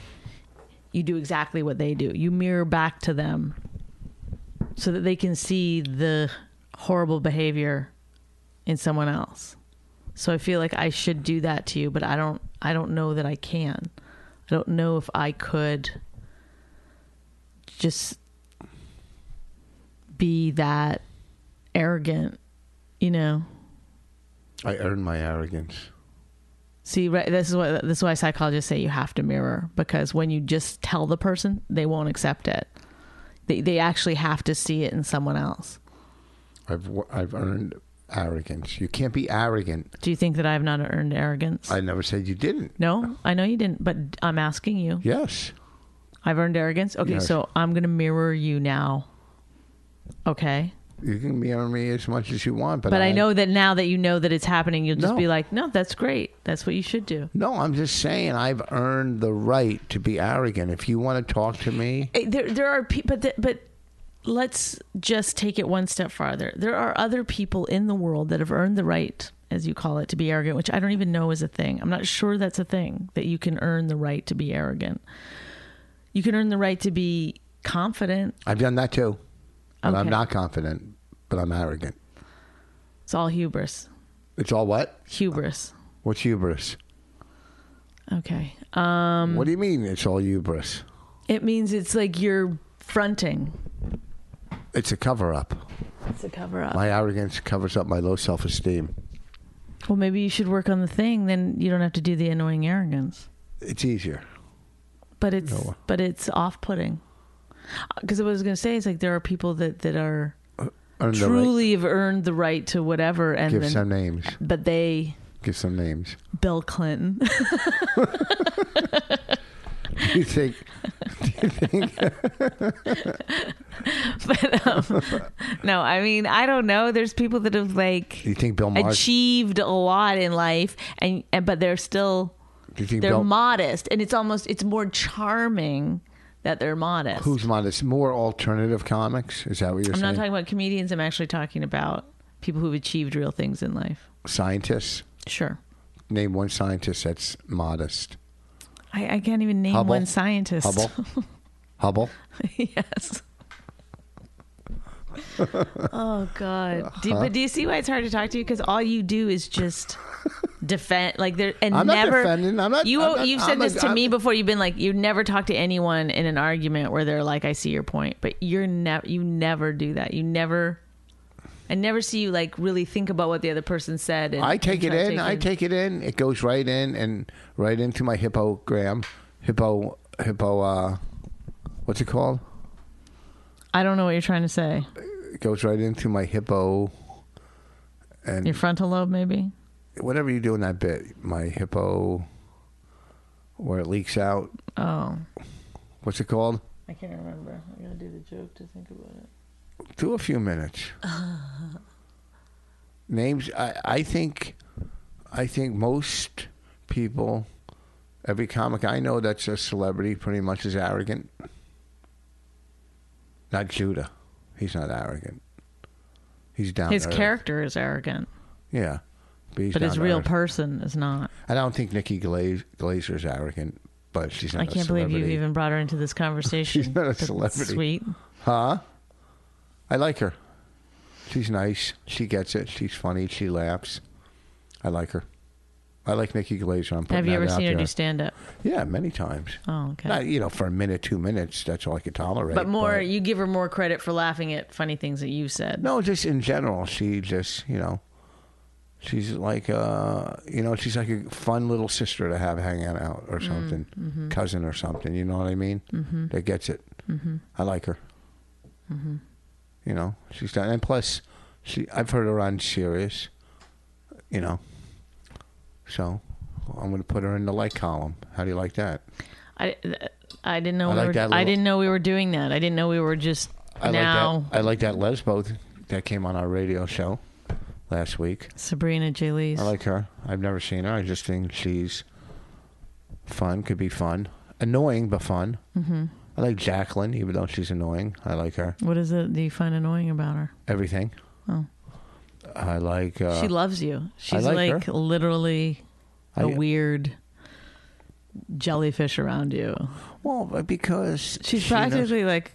Speaker 4: you do exactly what they do. You mirror back to them so that they can see the horrible behavior in someone else. So I feel like I should do that to you, but I don't I don't know that I can. I don't know if I could just be that arrogant, you know.
Speaker 3: I earn my arrogance.
Speaker 4: See, right, this is what this is why psychologists say you have to mirror because when you just tell the person, they won't accept it. They they actually have to see it in someone else.
Speaker 3: I've wo- I've earned arrogance. You can't be arrogant.
Speaker 4: Do you think that I have not earned arrogance?
Speaker 3: I never said you didn't.
Speaker 4: no, I know you didn't, but I'm asking you.
Speaker 3: Yes.
Speaker 4: I've earned arrogance. Okay,
Speaker 3: Yes.
Speaker 4: so I'm going to mirror you now. Okay.
Speaker 3: You can mirror me as much as you want, but,
Speaker 4: But I know that now that you know that it's happening, you'll just
Speaker 3: No.
Speaker 4: be like, "No, that's great. That's what you should do."
Speaker 3: No, I'm just saying I've earned the right to be arrogant. If you want to talk to me,
Speaker 4: Eh, there there are people but th- but let's just take it one step farther there are other people in the world that have earned the right as you call it to be arrogant which i don't even know is a thing i'm not sure that's a thing that you can earn the right to be arrogant you can earn the right to be confident
Speaker 3: I've done that too. And I'm
Speaker 4: Okay.
Speaker 3: not confident, but I'm arrogant.
Speaker 4: it's all hubris
Speaker 3: It's all what?
Speaker 4: hubris
Speaker 3: What's hubris?
Speaker 4: okay uh,
Speaker 3: what do you mean it's all hubris?
Speaker 4: it means it's like you're fronting
Speaker 3: It's a cover up.
Speaker 4: It's a cover up.
Speaker 3: My arrogance covers up my low self esteem.
Speaker 4: Well, maybe you should work on the thing. Then you don't have to do the annoying arrogance.
Speaker 3: It's easier.
Speaker 4: But it's
Speaker 3: No.
Speaker 4: but it's off putting. Because what I was going to say is like there are people that that are
Speaker 3: Earn the right-
Speaker 4: truly have earned the right to whatever, and
Speaker 3: give
Speaker 4: then
Speaker 3: some names.
Speaker 4: but they
Speaker 3: Give some names. *laughs*
Speaker 4: Bill Clinton. *laughs*
Speaker 3: Do you think?
Speaker 4: but um, no, I mean I don't know. There's people that have
Speaker 3: Do you
Speaker 4: like
Speaker 3: think Bill Maher's?
Speaker 4: achieved a lot in life, and, and but they're still
Speaker 3: do you think
Speaker 4: they're
Speaker 3: Bill?
Speaker 4: modest, and it's almost it's more charming that they're modest.
Speaker 3: who's modest? More alternative comics? Is that what you're
Speaker 4: I'm
Speaker 3: saying?
Speaker 4: not talking about comedians. I'm actually talking about people who've achieved real things in life.
Speaker 3: Scientists.
Speaker 4: Sure.
Speaker 3: Name one scientist that's modest.
Speaker 4: I, I can't even name
Speaker 3: Hubble?
Speaker 4: one scientist.
Speaker 3: Hubble. Hubble.
Speaker 4: *laughs*
Speaker 3: *laughs*
Speaker 4: yes. oh
Speaker 3: Uh,
Speaker 4: God! Do, but do you see why it's hard to talk to you? Because all you do is just defend, like there, and
Speaker 3: I'm not
Speaker 4: never.
Speaker 3: defending. I'm not-
Speaker 4: You
Speaker 3: I'm not-
Speaker 4: you've said
Speaker 3: I'm a-
Speaker 4: this to
Speaker 3: I'm-
Speaker 4: me before. You've been like you never talk to anyone in an argument where they're like, "I see your point," but you're never you never do that. You never. I never see you like really think about what the other person said. And,
Speaker 3: I take it
Speaker 4: and
Speaker 3: in.
Speaker 4: try
Speaker 3: I
Speaker 4: taking-
Speaker 3: take it in. It goes right in and right into my hippogram. Hippo. Hippo. Uh, what's it called?
Speaker 4: I don't know what you're trying to say.
Speaker 3: It goes right into my hippo. And
Speaker 4: Your
Speaker 3: Mm.
Speaker 4: frontal lobe, maybe.
Speaker 3: whatever you do in that bit, my hippo, where it leaks out.
Speaker 4: Oh,
Speaker 3: What's it called?
Speaker 4: I can't remember. I gotta do the joke to think about it.
Speaker 3: Do a few minutes. Names. I, I think. I think most people, every comic I know that's a celebrity, pretty much is arrogant. Not Judah. He's not arrogant. He's down.
Speaker 4: His
Speaker 3: to earth.
Speaker 4: character is arrogant,
Speaker 3: Yeah. he's
Speaker 4: but his
Speaker 3: down to
Speaker 4: real
Speaker 3: earth.
Speaker 4: person is not.
Speaker 3: I don't think Nikki Glaze, Glazer is arrogant, but she's not.
Speaker 4: I
Speaker 3: a
Speaker 4: can't believe you
Speaker 3: celebrity.
Speaker 4: even brought her into this conversation.
Speaker 3: She's not a
Speaker 4: That's
Speaker 3: celebrity.
Speaker 4: Sweet.
Speaker 3: Huh? I like her. She's nice. She gets it. She's funny. She laughs. I like her. I like Nikki Glaser. I'm putting
Speaker 4: Have you
Speaker 3: that
Speaker 4: ever
Speaker 3: out
Speaker 4: seen her
Speaker 3: there.
Speaker 4: do stand up?
Speaker 3: Yeah, many times.
Speaker 4: Oh, okay.
Speaker 3: Not you know for a minute, two minutes. That's all I could tolerate.
Speaker 4: but more, you give her more credit for laughing at funny things that you said.
Speaker 3: no, just in general, she just you know, she's like uh you know she's like a fun little sister to have hanging out or something, cousin or something. You know what I mean? Mm, Mm-hmm. That gets it. Mm-hmm. I like her. Mm-hmm. You know she's done, and plus, she I've heard her on Sirius. You know, so I'm going to put her in the like column. How do you like that?
Speaker 4: I, th- I didn't know.
Speaker 3: I
Speaker 4: we
Speaker 3: like
Speaker 4: were,
Speaker 3: that
Speaker 4: I
Speaker 3: little-
Speaker 4: didn't know we were doing that. I didn't know we were just
Speaker 3: I
Speaker 4: now.
Speaker 3: like that. I like that lesbo th- that came on our radio show last week.
Speaker 4: Sabrina J. Lee's.
Speaker 3: I like her. I've never seen her. I just think she's fun. Could be fun. Annoying but fun. Mm-hmm. I like Jacqueline, even though she's annoying. I like her.
Speaker 4: what is it that you find annoying about her?
Speaker 3: Everything.
Speaker 4: Oh.
Speaker 3: I like. Uh,
Speaker 4: she loves you. She's
Speaker 3: like
Speaker 4: like,
Speaker 3: her.
Speaker 4: literally a
Speaker 3: I-
Speaker 4: weird jellyfish around you.
Speaker 3: well, but because
Speaker 4: She's
Speaker 3: she knows-
Speaker 4: practically like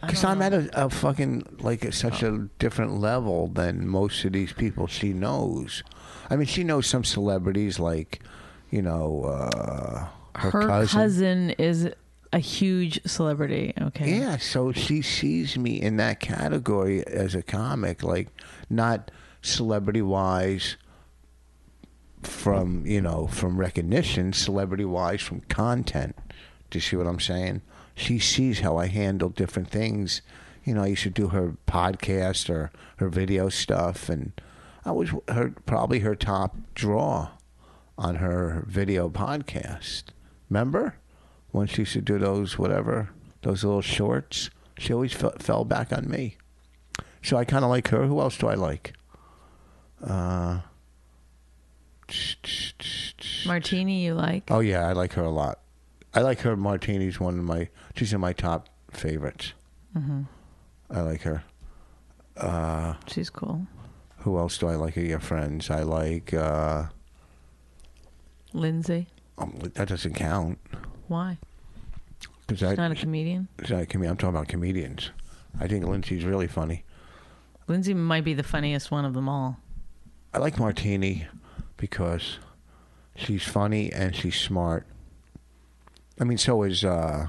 Speaker 4: I
Speaker 3: Because
Speaker 4: don't Oh.
Speaker 3: I'm at a, a fucking like a, such a different level than most of these people she knows. I mean, she knows some celebrities like, you know, uh, her,
Speaker 4: her cousin. is a huge celebrity. Okay.
Speaker 3: Yeah, so she sees me in that category as a comic, like not celebrity wise from you know from recognition, celebrity wise from content. Do you see what I'm saying? She sees how I handle different things. You know, I used to do her podcast or her video stuff, and I was her probably her top draw on her video podcast. Remember when she used to do those whatever those little shorts? She always fe- fell back on me. So I kind of like her. Who else do I like? Uh,
Speaker 4: Martini, you like?
Speaker 3: oh yeah, I like her a lot. I like her. Martini's one of my. She's in my top favorites.
Speaker 4: Mm-hmm.
Speaker 3: I like her.
Speaker 4: She's cool.
Speaker 3: Who else do I like? Of your friends, I like. Uh,
Speaker 4: Lindsay,
Speaker 3: um, that doesn't count
Speaker 4: why?
Speaker 3: because I.
Speaker 4: Not a comedian.
Speaker 3: I com- I'm talking about comedians. I think Lindsay's really funny.
Speaker 4: Lindsay might be the funniest one of them all.
Speaker 3: I like Martini because she's funny and she's smart. I mean, so is uh,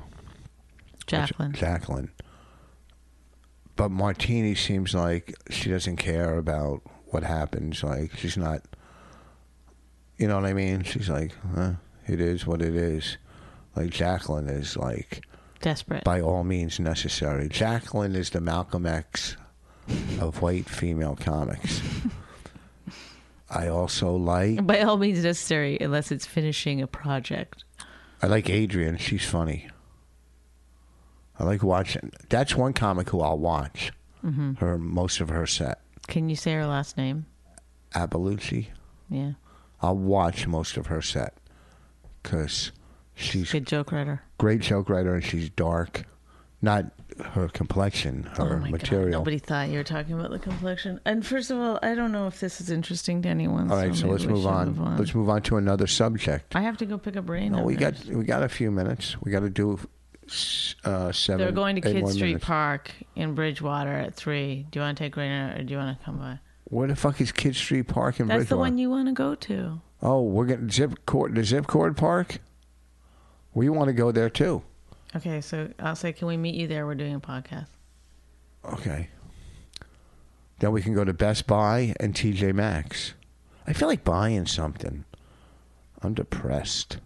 Speaker 4: Jacqueline.
Speaker 3: Jacqueline. but Martini seems like she doesn't care about what happens. Like she's not, you know what I mean? She's like, huh, it is what it is. Like Jacqueline is like
Speaker 4: Desperate.
Speaker 3: by all means necessary. Jacqueline is the Malcolm X of white female comics. I also like
Speaker 4: By all means necessary, unless it's finishing a project.
Speaker 3: I like Adrian. She's funny. I like watching. That's one comic who I'll watch.
Speaker 4: Mm-hmm.
Speaker 3: Her most of her set.
Speaker 4: Can you say her last name?
Speaker 3: Abalucci.
Speaker 4: Yeah.
Speaker 3: I'll watch most of her set because she's
Speaker 4: Good joke writer.
Speaker 3: great joke writer and she's dark. Not her complexion, her material.
Speaker 4: Oh Nobody thought you were talking about the complexion. And first of all, I don't know if this is interesting to anyone.
Speaker 3: All right, so
Speaker 4: maybe
Speaker 3: let's
Speaker 4: we
Speaker 3: move
Speaker 4: should
Speaker 3: on. Let's move on to another subject.
Speaker 4: I have to go pick up rain.
Speaker 3: No, we got we got a few minutes. We got to do s- uh, seven.
Speaker 4: They're going to
Speaker 3: eight
Speaker 4: Kid
Speaker 3: more
Speaker 4: Street
Speaker 3: minutes.
Speaker 4: Park in Bridgewater at three. Do you want to take Rainer or do you want to come by?
Speaker 3: Where the fuck is Kid Street Park in
Speaker 4: That's the
Speaker 3: Bridgewater?
Speaker 4: one you want to go to.
Speaker 3: Oh, we're getting zip cord the zip cord park. We want to go there too.
Speaker 4: Okay, so I'll say, can we meet you there? We're doing a podcast.
Speaker 3: Okay. Then we can go to Best Buy and TJ Maxx. I feel like buying something. I'm depressed.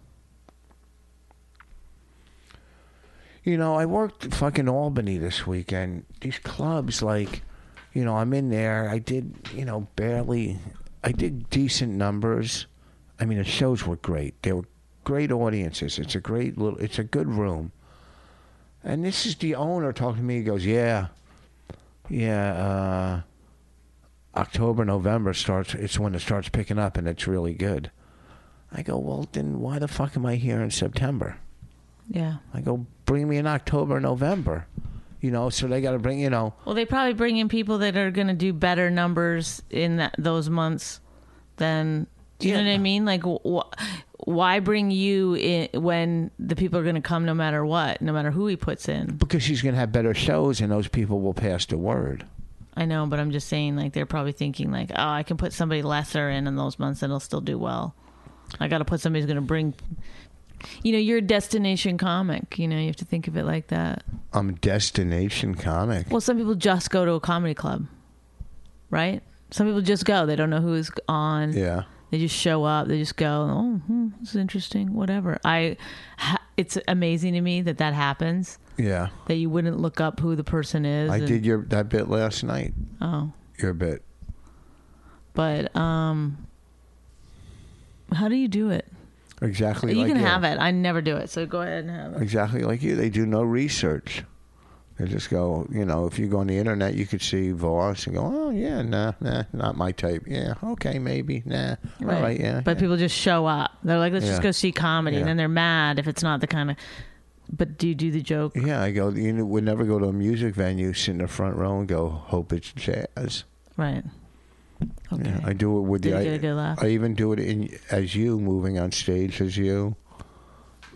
Speaker 3: You know, I worked fucking Albany this weekend. These clubs, like, you know, I'm in there. I did, you know, barely. I did decent numbers. I mean, the shows were great. They were great audiences. It's a great little. It's a good room. And this is the owner talking to me. He goes, "Yeah, yeah, uh, October, November starts. It's when it starts picking up, and it's really good." I go, "Well, then why the fuck am I here in September?"
Speaker 4: Yeah.
Speaker 3: I go, "Bring me in October, November." You know, so they got to bring. You know,
Speaker 4: Well, they probably bring in people that are going to do better numbers in that, those months than. Do you know
Speaker 3: Yeah.
Speaker 4: what I mean? Like, wh- why bring you in when the people are going to come no matter what, no matter who he puts in?
Speaker 3: because she's gonna have better shows, and those people will pass the word.
Speaker 4: I know, but I'm just saying, like, they're probably thinking, like, oh, I can put somebody lesser in in those months and it'll still do well. I got to put somebody who's going to bring. You know, you're a destination comic. You know, you have to think of it like that.
Speaker 3: I'm a destination comic.
Speaker 4: Well, some people just go to a comedy club, right? Some people just go. They don't know who's on.
Speaker 3: Yeah,
Speaker 4: They just show up. They just go. Oh, hmm, this is interesting. Whatever. I. Ha- it's amazing to me that that happens.
Speaker 3: yeah.
Speaker 4: That you wouldn't look up who the person is.
Speaker 3: I
Speaker 4: and-
Speaker 3: did your that bit last night.
Speaker 4: Oh,
Speaker 3: Your bit.
Speaker 4: but um, how do you do it?
Speaker 3: Exactly.
Speaker 4: You
Speaker 3: like
Speaker 4: can
Speaker 3: yours.
Speaker 4: have it. I never do it. So go ahead and have it.
Speaker 3: exactly like you. They do no research. They just go, you know, if you go on the internet, you could see Voss and go, oh, yeah, nah, nah, not my type. Yeah, okay, maybe, nah. All right, yeah.
Speaker 4: But
Speaker 3: yeah.
Speaker 4: people just show up. They're like, let's just
Speaker 3: Yeah.
Speaker 4: go see comedy,
Speaker 3: Yeah.
Speaker 4: and then they're mad if it's not the kind of. But do you do the joke?
Speaker 3: Yeah, I go, you know, would never go to a music venue, sit in the front row and go, hope it's jazz.
Speaker 4: Right. Okay.
Speaker 3: Yeah, I do it with
Speaker 4: Did
Speaker 3: the.
Speaker 4: you
Speaker 3: I,
Speaker 4: get a good laugh?
Speaker 3: I even do it in as you, moving on stage as you,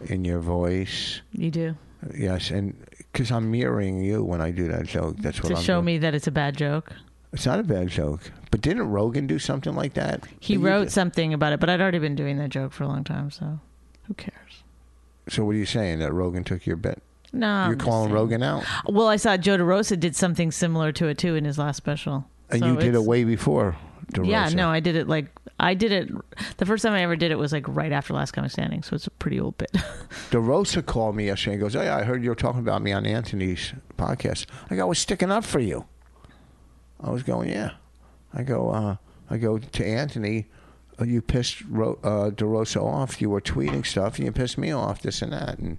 Speaker 3: in your voice.
Speaker 4: you do
Speaker 3: Yes, and because I'm mirroring you when I do that joke. That's what
Speaker 4: to
Speaker 3: I'm
Speaker 4: show
Speaker 3: doing.
Speaker 4: me that it's a bad joke.
Speaker 3: It's not a bad joke. But didn't Rogan do something like that?
Speaker 4: He
Speaker 3: You
Speaker 4: wrote
Speaker 3: did-
Speaker 4: something about it, but I'd already been doing that joke for a long time, so who cares?
Speaker 3: So what are you saying that Rogan took your bet?
Speaker 4: No, I'm
Speaker 3: You're
Speaker 4: just
Speaker 3: calling
Speaker 4: saying.
Speaker 3: Rogan out,
Speaker 4: Well, I saw Joe DeRosa did something similar to it too in his last special,
Speaker 3: and
Speaker 4: So
Speaker 3: you did
Speaker 4: it's-
Speaker 3: it way before. DeRosa.
Speaker 4: Yeah, no, I did it like I did it. The first time I ever did it was like right after Last Comic Standing, so it's a pretty old bit. *laughs*
Speaker 3: DeRosa called me yesterday and goes, "Hey, I heard you were talking about me on Anthony's podcast." I go, "I was sticking up for you." I was going, "Yeah." I go, uh, "I go to Anthony, uh, you pissed Ro- uh, DeRosa off. You were tweeting stuff, and you pissed me off. This and that." And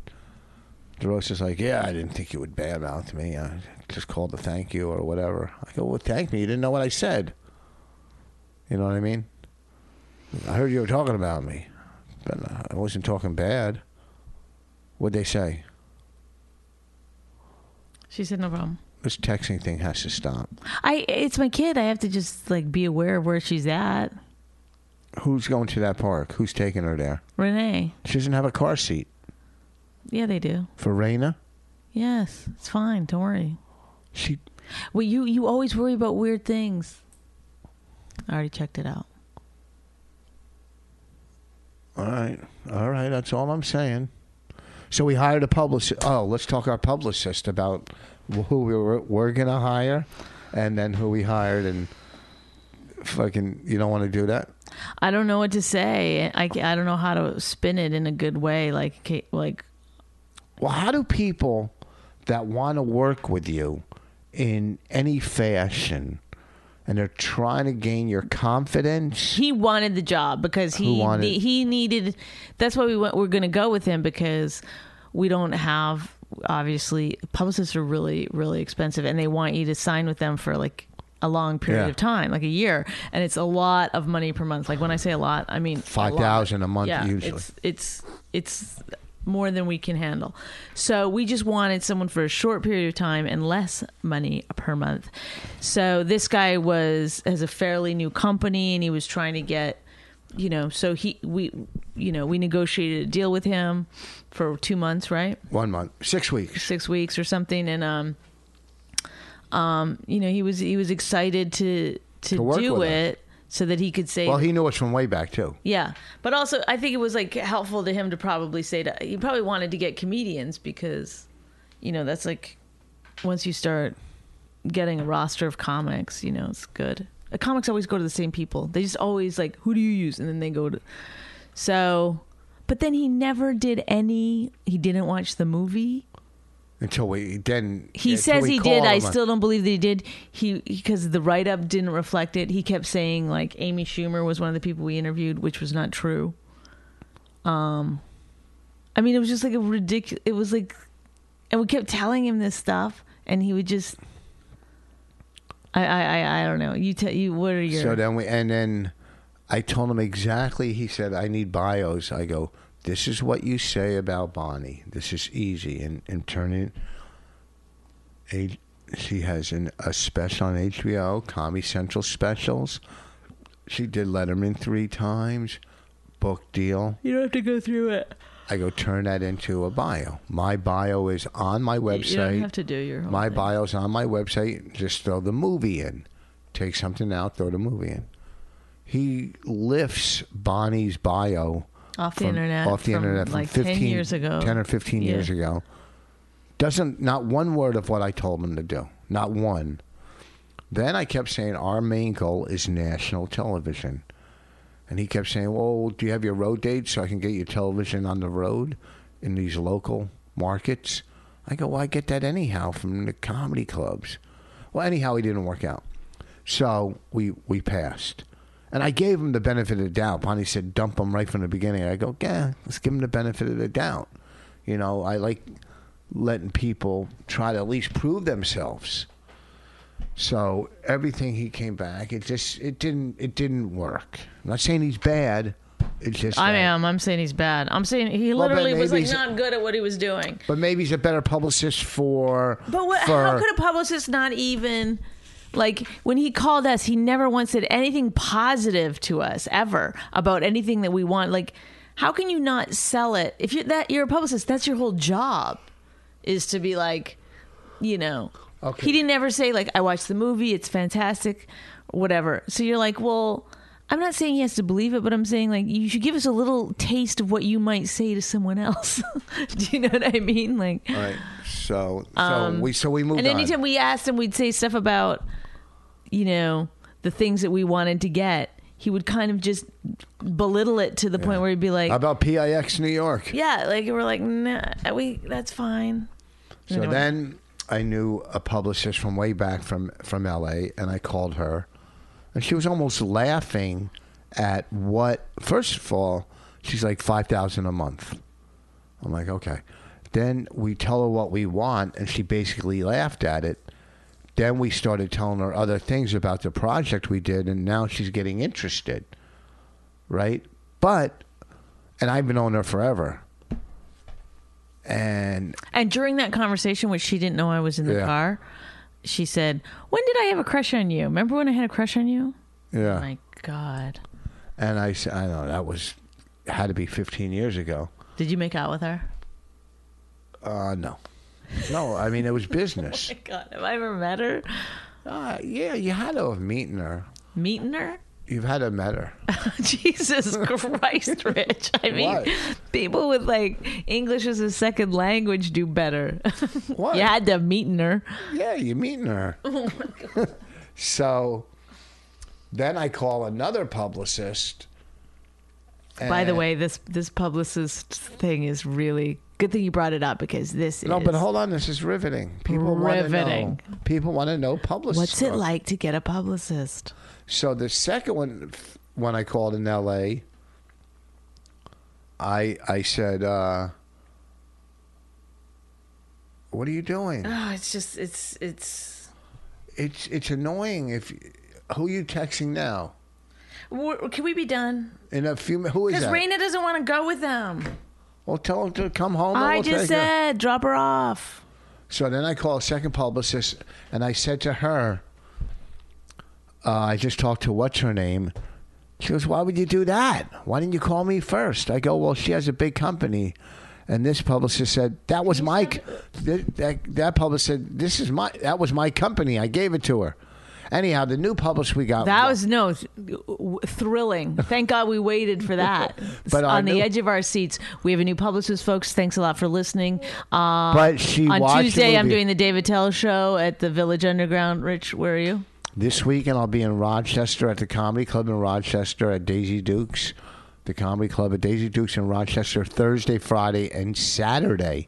Speaker 3: DeRosa's like, "Yeah, I didn't think you would badmouth me. I just called to thank you or whatever." I go, "Well, thank me. You didn't know what I said. You know what I mean? I heard you were talking about me, but uh, I wasn't talking bad." What'd they say?
Speaker 4: she said no problem.
Speaker 3: This texting thing has to stop.
Speaker 4: I it's my kid. I have to just like be aware of where she's at.
Speaker 3: Who's going to that park? Who's taking her there?
Speaker 4: Renee,
Speaker 3: She doesn't have a car seat.
Speaker 4: yeah, they do.
Speaker 3: For Raina,
Speaker 4: Yes, it's fine. Don't worry.
Speaker 3: she
Speaker 4: Well, you you always worry about weird things. I already checked it out.
Speaker 3: all right. All right, that's all I'm saying. So we hired a publicist. Oh, let's talk our publicist about who we were, were gonna hire, and then who we hired, and fucking, you don't want to do that.
Speaker 4: I don't know what to say. I, ca- I don't know how to spin it in a good way. Like ca- like
Speaker 3: Well, how do people that want to work with you in any fashion, and they're trying to gain your confidence?
Speaker 4: he wanted the job because
Speaker 3: Who
Speaker 4: he
Speaker 3: wanted-
Speaker 4: ne- he needed. That's why we went. We're going to go with him because we don't have obviously publicists are really really expensive and they want you to sign with them for like a long period
Speaker 3: Yeah.
Speaker 4: of time like a year and it's a lot of money per month like when i say a lot i mean a lot.
Speaker 3: 5,000 a month
Speaker 4: yeah,
Speaker 3: usually.
Speaker 4: it's it's it's more than we can handle. So we just wanted someone for a short period of time and less money per month. So this guy was has a fairly new company and he was trying to get you know, so he we you know, we negotiated a deal with him for 2 months, right?
Speaker 3: One month, six weeks.
Speaker 4: 6 weeks or something and um um you know, he was he was excited to to,
Speaker 3: To work
Speaker 4: do
Speaker 3: with us.
Speaker 4: it so that he could say
Speaker 3: Well, he knew us from way back too.
Speaker 4: yeah, but also I think it was like helpful to him to probably say to he probably wanted to get comedians because, you know, that's like once you start getting a roster of comics, you know, it's good. Uh, Comics always go to the same people. They just always like who do you use, and then they go to. So, but then he never did any. He didn't watch the movie.
Speaker 3: Until we then
Speaker 4: He
Speaker 3: until
Speaker 4: says
Speaker 3: we
Speaker 4: he
Speaker 3: called
Speaker 4: did. I
Speaker 3: him, uh,
Speaker 4: still don't believe that he did. He because the write up didn't reflect it. He kept saying like Amy Schumer was one of the people we interviewed, which was not true. Um, I mean, it was just like a ridiculous. It was like, and we kept telling him this stuff, and he would just. I I I, I don't know. You tell you what are your
Speaker 3: So then we, and then I told him exactly. He said, "I need bios." I go, "This is what you say about Bonnie. This is easy." And and turning, a she has an, a special on HBO, Comedy Central specials. She did Letterman three times, book deal.
Speaker 4: you don't have to go through it.
Speaker 3: I go turn that into a bio. My bio is on my
Speaker 4: You-
Speaker 3: website.
Speaker 4: You don't have to do your whole
Speaker 3: My
Speaker 4: thing.
Speaker 3: bio's on my website. Just throw the movie in. Take something out, throw the movie in. He lifts Bonnie's bio
Speaker 4: off the
Speaker 3: from-
Speaker 4: internet
Speaker 3: off the
Speaker 4: from,
Speaker 3: internet from
Speaker 4: like
Speaker 3: 15,
Speaker 4: ten years ago
Speaker 3: 10 or 15
Speaker 4: Yeah.
Speaker 3: years ago. Doesn't, not one word of what I told him to do. Not one. Then I kept saying, our main goal is national television. And he kept saying, well, do you have your road dates so I can get your television on the road in these local markets? I go, well, I get that anyhow from the comedy clubs. Well, anyhow, he didn't work out. So we we passed. And I gave him the benefit of the doubt. Bonnie said, dump him right from the beginning. I go, yeah, let's give him the benefit of the doubt. You know, I like letting people try to at least prove themselves. So everything he came back, it just it didn't it didn't work. I'm not saying he's bad. It's just
Speaker 4: I
Speaker 3: that-
Speaker 4: am. I'm saying he's bad. I'm saying he
Speaker 3: Well, but
Speaker 4: literally was
Speaker 3: maybe
Speaker 4: like
Speaker 3: he's-
Speaker 4: not good at what he was doing.
Speaker 3: But maybe he's a better publicist for.
Speaker 4: But what,
Speaker 3: for,
Speaker 4: how could a publicist not even like when he called us? He never once said anything positive to us ever about anything that we want. Like, how can you not sell it if you're that you're a publicist? That's your whole job is to be like, you know.
Speaker 3: Okay.
Speaker 4: He didn't ever say like I watched the movie. It's fantastic, whatever. So you're like, well. I'm not saying he has to believe it, but I'm saying like you should give us a little taste of what you might say to someone else. *laughs* Do you know what I mean? Like,
Speaker 3: All right. So so we so we moved
Speaker 4: Um, and
Speaker 3: on.
Speaker 4: anytime we asked him, we'd say stuff about, you know, the things that we wanted to get. He would kind of just belittle it to the point where he'd be like,
Speaker 3: How about PIX New York?
Speaker 4: "Yeah, like we're like, nah, we that's fine."
Speaker 3: So
Speaker 4: Anyway.
Speaker 3: then I knew a publicist from way back from from LA, and I called her, and she was almost laughing at what. First of all, she's like five thousand a month. I'm like, okay. Then we tell her what we want, and she basically laughed at it. Then we started telling her other things about the project we did, and now she's getting interested, right? But, and I've been on her forever. And
Speaker 4: And during that conversation, which she didn't know I was in the
Speaker 3: Yeah.
Speaker 4: car, she said, "When did I have a crush on you? Remember when I had a crush on you?"
Speaker 3: yeah,
Speaker 4: My God,
Speaker 3: And I said, I know that was had to be 15 years ago.
Speaker 4: did you make out with her? *laughs*
Speaker 3: Uh, no, no. I mean, it was business.
Speaker 4: God, have I ever met her?
Speaker 3: uh, yeah, you had to have meeting her.
Speaker 4: Meeting her?
Speaker 3: You've had a met her.
Speaker 4: *laughs*
Speaker 3: *laughs*
Speaker 4: Jesus Christ, Rich. I mean,
Speaker 3: What?
Speaker 4: people with like English as a second language do better. *laughs*
Speaker 3: What?
Speaker 4: you had to have meeting her.
Speaker 3: Yeah, you're meeting her. *laughs* so then I call another publicist.
Speaker 4: By the
Speaker 3: and-
Speaker 4: way, this this publicist thing is really good thing you brought it up because this
Speaker 3: No,
Speaker 4: is
Speaker 3: but hold on. This is riveting. People want to know.
Speaker 4: Riveting.
Speaker 3: People want to know publicists.
Speaker 4: what's it like to get a publicist?
Speaker 3: So the second one, f- when I called in L.A., I I said, uh, "What are you doing?
Speaker 4: Oh, it's just it's it's
Speaker 3: It's it's annoying. If who are you texting now?
Speaker 4: can we be done?
Speaker 3: In a few mi- who is that?
Speaker 4: doesn't want to go with them.
Speaker 3: well, tell him to come home. and
Speaker 4: I
Speaker 3: we'll
Speaker 4: just
Speaker 3: take her.
Speaker 4: said drop her off.
Speaker 3: So then I call a second publicist and I said to her, uh, I just talked to what's her name. She goes, Why would you do that? Why didn't you call me first? I go, Well, she has a big company. And this publicist said, That was my, c- th- that, that publicist said, This is my, that was my company. I gave it to her. Anyhow, the new publicist we got.
Speaker 4: That was no th- w-
Speaker 3: *laughs*
Speaker 4: thrilling. Thank God we waited for that.
Speaker 3: But I
Speaker 4: on the
Speaker 3: knew-
Speaker 4: edge of our seats, we have a new publicist, folks. Thanks a lot for listening. Uh,
Speaker 3: But she
Speaker 4: on
Speaker 3: watched the
Speaker 4: Tuesday, I'm
Speaker 3: movie.
Speaker 4: doing the David Tell show at the Village Underground. Rich, where are you?
Speaker 3: This weekend, I'll be in Rochester at the Comedy Club in Rochester at Daisy Dukes. The Comedy Club at Daisy Dukes in Rochester Thursday, Friday, and Saturday.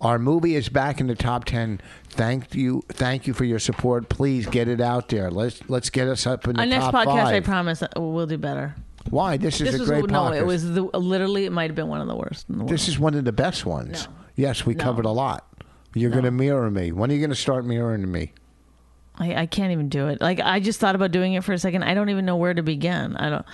Speaker 3: Our movie is back in the top ten. Thank you, thank you for your support. Please get it out there. Let's let's get us up in the
Speaker 4: Our next
Speaker 3: top
Speaker 4: podcast,
Speaker 3: five.
Speaker 4: I promise, uh, we'll do better.
Speaker 3: Why this is
Speaker 4: this
Speaker 3: a
Speaker 4: was
Speaker 3: great
Speaker 4: no,
Speaker 3: podcast.
Speaker 4: it was the, literally it might have been one of the worst in the world.
Speaker 3: this is one of the best ones.
Speaker 4: No.
Speaker 3: Yes, we
Speaker 4: No.
Speaker 3: covered a lot. You're going to mirror me. When are you going to start mirroring me?
Speaker 4: I, I can't even do it. Like I just thought about doing it for a second. I don't even know where to begin. I don't.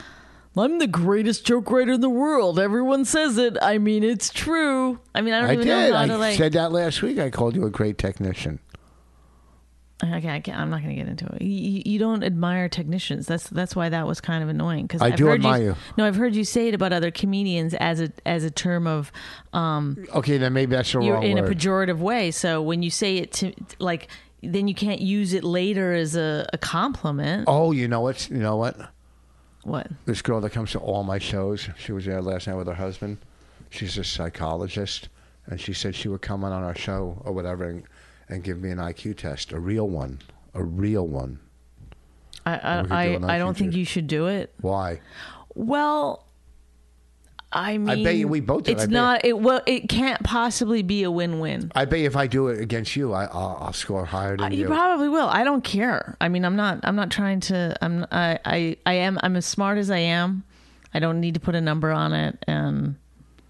Speaker 4: I'm the greatest joke writer in the world. Everyone says it. I mean, it's true. I mean, I don't
Speaker 3: I
Speaker 4: even
Speaker 3: did.
Speaker 4: know how
Speaker 3: I
Speaker 4: to like.
Speaker 3: said that last week. I called you a great technician.
Speaker 4: I can't, I can't, I'm not going to get into it. You, you don't admire technicians. That's that's why that was kind of annoying. Because
Speaker 3: I do
Speaker 4: heard
Speaker 3: admire
Speaker 4: You,
Speaker 3: you.
Speaker 4: no, I've heard you say it about other comedians as a as a term of um,
Speaker 3: Okay, then maybe that's the
Speaker 4: you're
Speaker 3: wrong
Speaker 4: in
Speaker 3: word.
Speaker 4: a pejorative way. So when you say it to like, then you can't use it later as a, a compliment.
Speaker 3: Oh, you know what? You know what?
Speaker 4: What?
Speaker 3: This girl that comes to all my shows, she was there last night with her husband. She's a psychologist, and she said she would come on on our show or whatever and, and give me an IQ test, a real one, a real one.
Speaker 4: I
Speaker 3: we could
Speaker 4: I,
Speaker 3: do it on
Speaker 4: I, I don't think
Speaker 3: future.
Speaker 4: you should do it.
Speaker 3: Why?
Speaker 4: Well, I mean,
Speaker 3: bet you we both did. I
Speaker 4: It's
Speaker 3: bet you-
Speaker 4: not. It well, it can't possibly be a win-win.
Speaker 3: I bet if I do it against you, I, I'll, I'll score higher than
Speaker 4: You
Speaker 3: you.
Speaker 4: probably will. I don't care. I mean, I'm not. I'm not trying to. I'm. I. I. I am. I'm as smart as I am. I don't need to put a number on it, and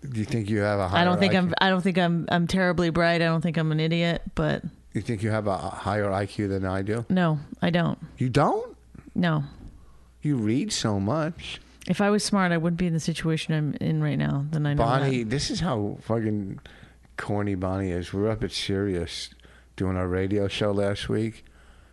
Speaker 3: do you think you have a higher?
Speaker 4: I don't think
Speaker 3: IQ?
Speaker 4: I'm. I don't think I'm. I'm terribly bright. I don't think I'm an idiot. But
Speaker 3: You think you have a higher IQ than I do?
Speaker 4: no, I don't.
Speaker 3: You don't.
Speaker 4: No.
Speaker 3: You read so much,
Speaker 4: If I was smart, I wouldn't be in the situation I'm in right now. Then I know that.
Speaker 3: Bonnie. This is how fucking corny Bonnie is. We were up at Sirius doing our radio show last week.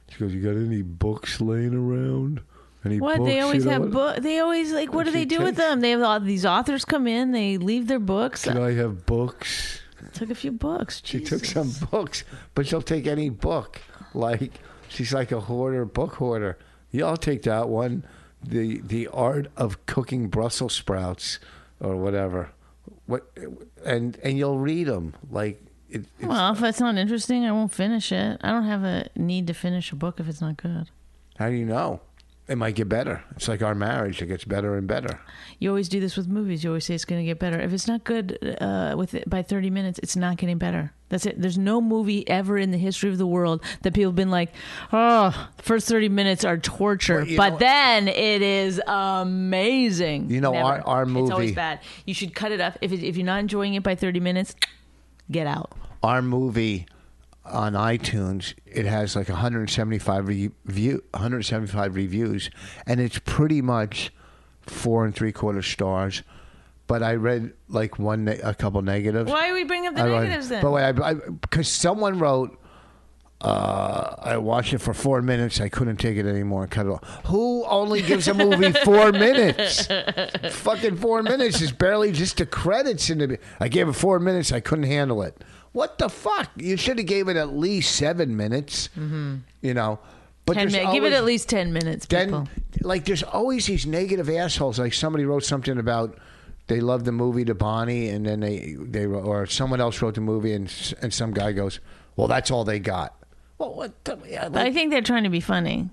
Speaker 3: She goes, "You got any books laying around? Any
Speaker 4: What
Speaker 3: books?"
Speaker 4: they
Speaker 3: you
Speaker 4: always
Speaker 3: know
Speaker 4: have
Speaker 3: what-
Speaker 4: book. They always like. What do
Speaker 3: she
Speaker 4: they do with
Speaker 3: takes-
Speaker 4: them? They have all these authors come in. They leave their books.
Speaker 3: Can
Speaker 4: I
Speaker 3: I have books?
Speaker 4: took a few books.
Speaker 3: She
Speaker 4: Jesus.
Speaker 3: took some books, but she'll take any book. Like she's like a hoarder, book hoarder. Yeah, I'll take that one. The the art of cooking Brussels sprouts or whatever. What and and you'll read them like it, it's
Speaker 4: Well, if it's not interesting, I won't finish it. I don't have a need to finish a book if it's not good.
Speaker 3: How do you know? It might get better. It's like our marriage; it gets better and better.
Speaker 4: You always do this with movies. You always say it's going to get better. If it's not good uh, with by thirty minutes, it's not getting better. That's it. There's no movie ever in the history of the world that people have been like, "Oh, the first thirty minutes are torture,"
Speaker 3: Well, you
Speaker 4: but
Speaker 3: know-
Speaker 4: then it is amazing.
Speaker 3: You know,
Speaker 4: Never.
Speaker 3: our- our
Speaker 4: it's always
Speaker 3: movie-
Speaker 4: bad. You should cut it up if it, if you're not enjoying it by thirty minutes, get out.
Speaker 3: Our movie on iTunes it has like 175 re- view, 175 reviews, and it's pretty much four and three quarter stars. But I read like one, ne- a couple negatives.
Speaker 4: Why are we bringing up the
Speaker 3: I read-
Speaker 4: negatives then?
Speaker 3: But wait, I because someone wrote. Uh, I watched it for four minutes. I couldn't take it anymore and cut it off. Who only gives a movie
Speaker 4: *laughs*
Speaker 3: four minutes? Fucking four minutes is barely just the credits in the. I gave it four minutes. I couldn't handle it. What the fuck? You should have gave it at least seven minutes. You know, but
Speaker 4: Ten
Speaker 3: there's
Speaker 4: Mm-hmm. minutes. Give it
Speaker 3: always-
Speaker 4: at least ten minutes,
Speaker 3: Then
Speaker 4: people.
Speaker 3: like there's always these negative assholes. Like somebody wrote something about they love the movie to Bonnie, and then they they wrote- or someone else wrote the movie, and s- and some guy goes, "Well, that's all they got." Well, what? The, yeah,
Speaker 4: But
Speaker 3: like,
Speaker 4: I think they're trying to be funny.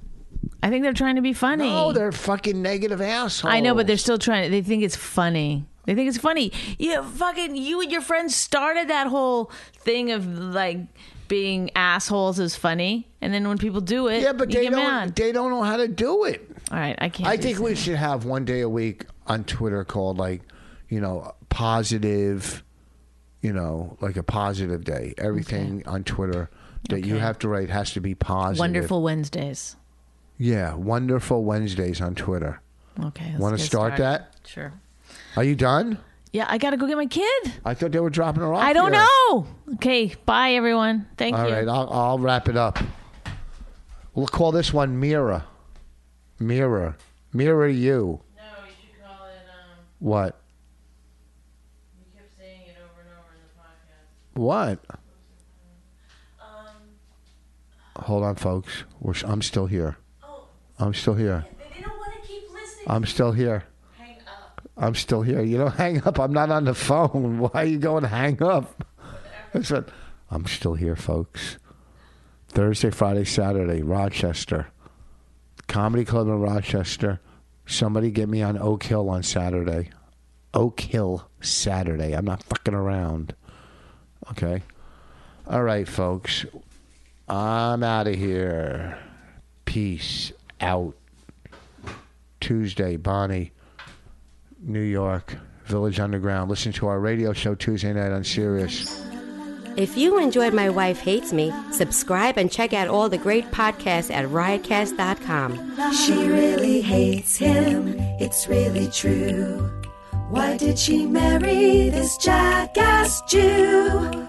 Speaker 4: I think they're trying to be funny.
Speaker 3: no, they're fucking negative assholes.
Speaker 4: I know, but they're still trying. They think it's funny. They think it's funny. You fucking you and your friends started that whole thing of like being assholes is funny, and then when people do it,
Speaker 3: yeah, but
Speaker 4: you
Speaker 3: they
Speaker 4: get
Speaker 3: don't
Speaker 4: mad.
Speaker 3: they don't know how to do it.
Speaker 4: All right, I can't.
Speaker 3: I
Speaker 4: do
Speaker 3: think we should have one day a week on Twitter called like, you know, positive, you know, like a positive day. Everything on Twitter that you
Speaker 4: Okay.
Speaker 3: have to write has to be positive.
Speaker 4: wonderful Wednesdays.
Speaker 3: Yeah, wonderful Wednesdays on Twitter.
Speaker 4: Okay, let's
Speaker 3: Wanna
Speaker 4: get
Speaker 3: start
Speaker 4: started.
Speaker 3: that?
Speaker 4: Sure.
Speaker 3: Are you done?
Speaker 4: Yeah, I gotta go get my kid.
Speaker 3: I thought they were dropping her off.
Speaker 4: I don't
Speaker 3: here.
Speaker 4: know. Okay, bye everyone. Thank
Speaker 3: All
Speaker 4: you.
Speaker 3: right, I'll, I'll wrap it up. We'll call this one Mira. Mirror. Mirror you.
Speaker 4: No, you should call it. Um,
Speaker 3: What?
Speaker 4: you kept saying it over and over in the podcast.
Speaker 3: What? Hold on, folks. We're, s- I'm still here. I'm still here.
Speaker 4: Oh, They don't want to keep listening.
Speaker 3: I'm still here.
Speaker 4: Hang up.
Speaker 3: I'm still here. You don't *laughs* hang up. I'm not on the phone. *laughs* Why are you going to hang up? I said, I'm still here, folks. Thursday, Friday, Saturday, Rochester. Comedy Club in Rochester. Somebody get me on Oak Hill on Saturday. Oak Hill Saturday. I'm not fucking around. Okay. All right, folks. I'm out of here. Peace out. Tuesday, Bonnie. New York, Village Underground. Listen to our radio show Tuesday night on Sirius.
Speaker 5: If you enjoyed My Wife Hates Me, subscribe and check out all the great podcasts at riotcast.com.
Speaker 2: She really hates him, it's really true. Why did she marry this jackass Jew?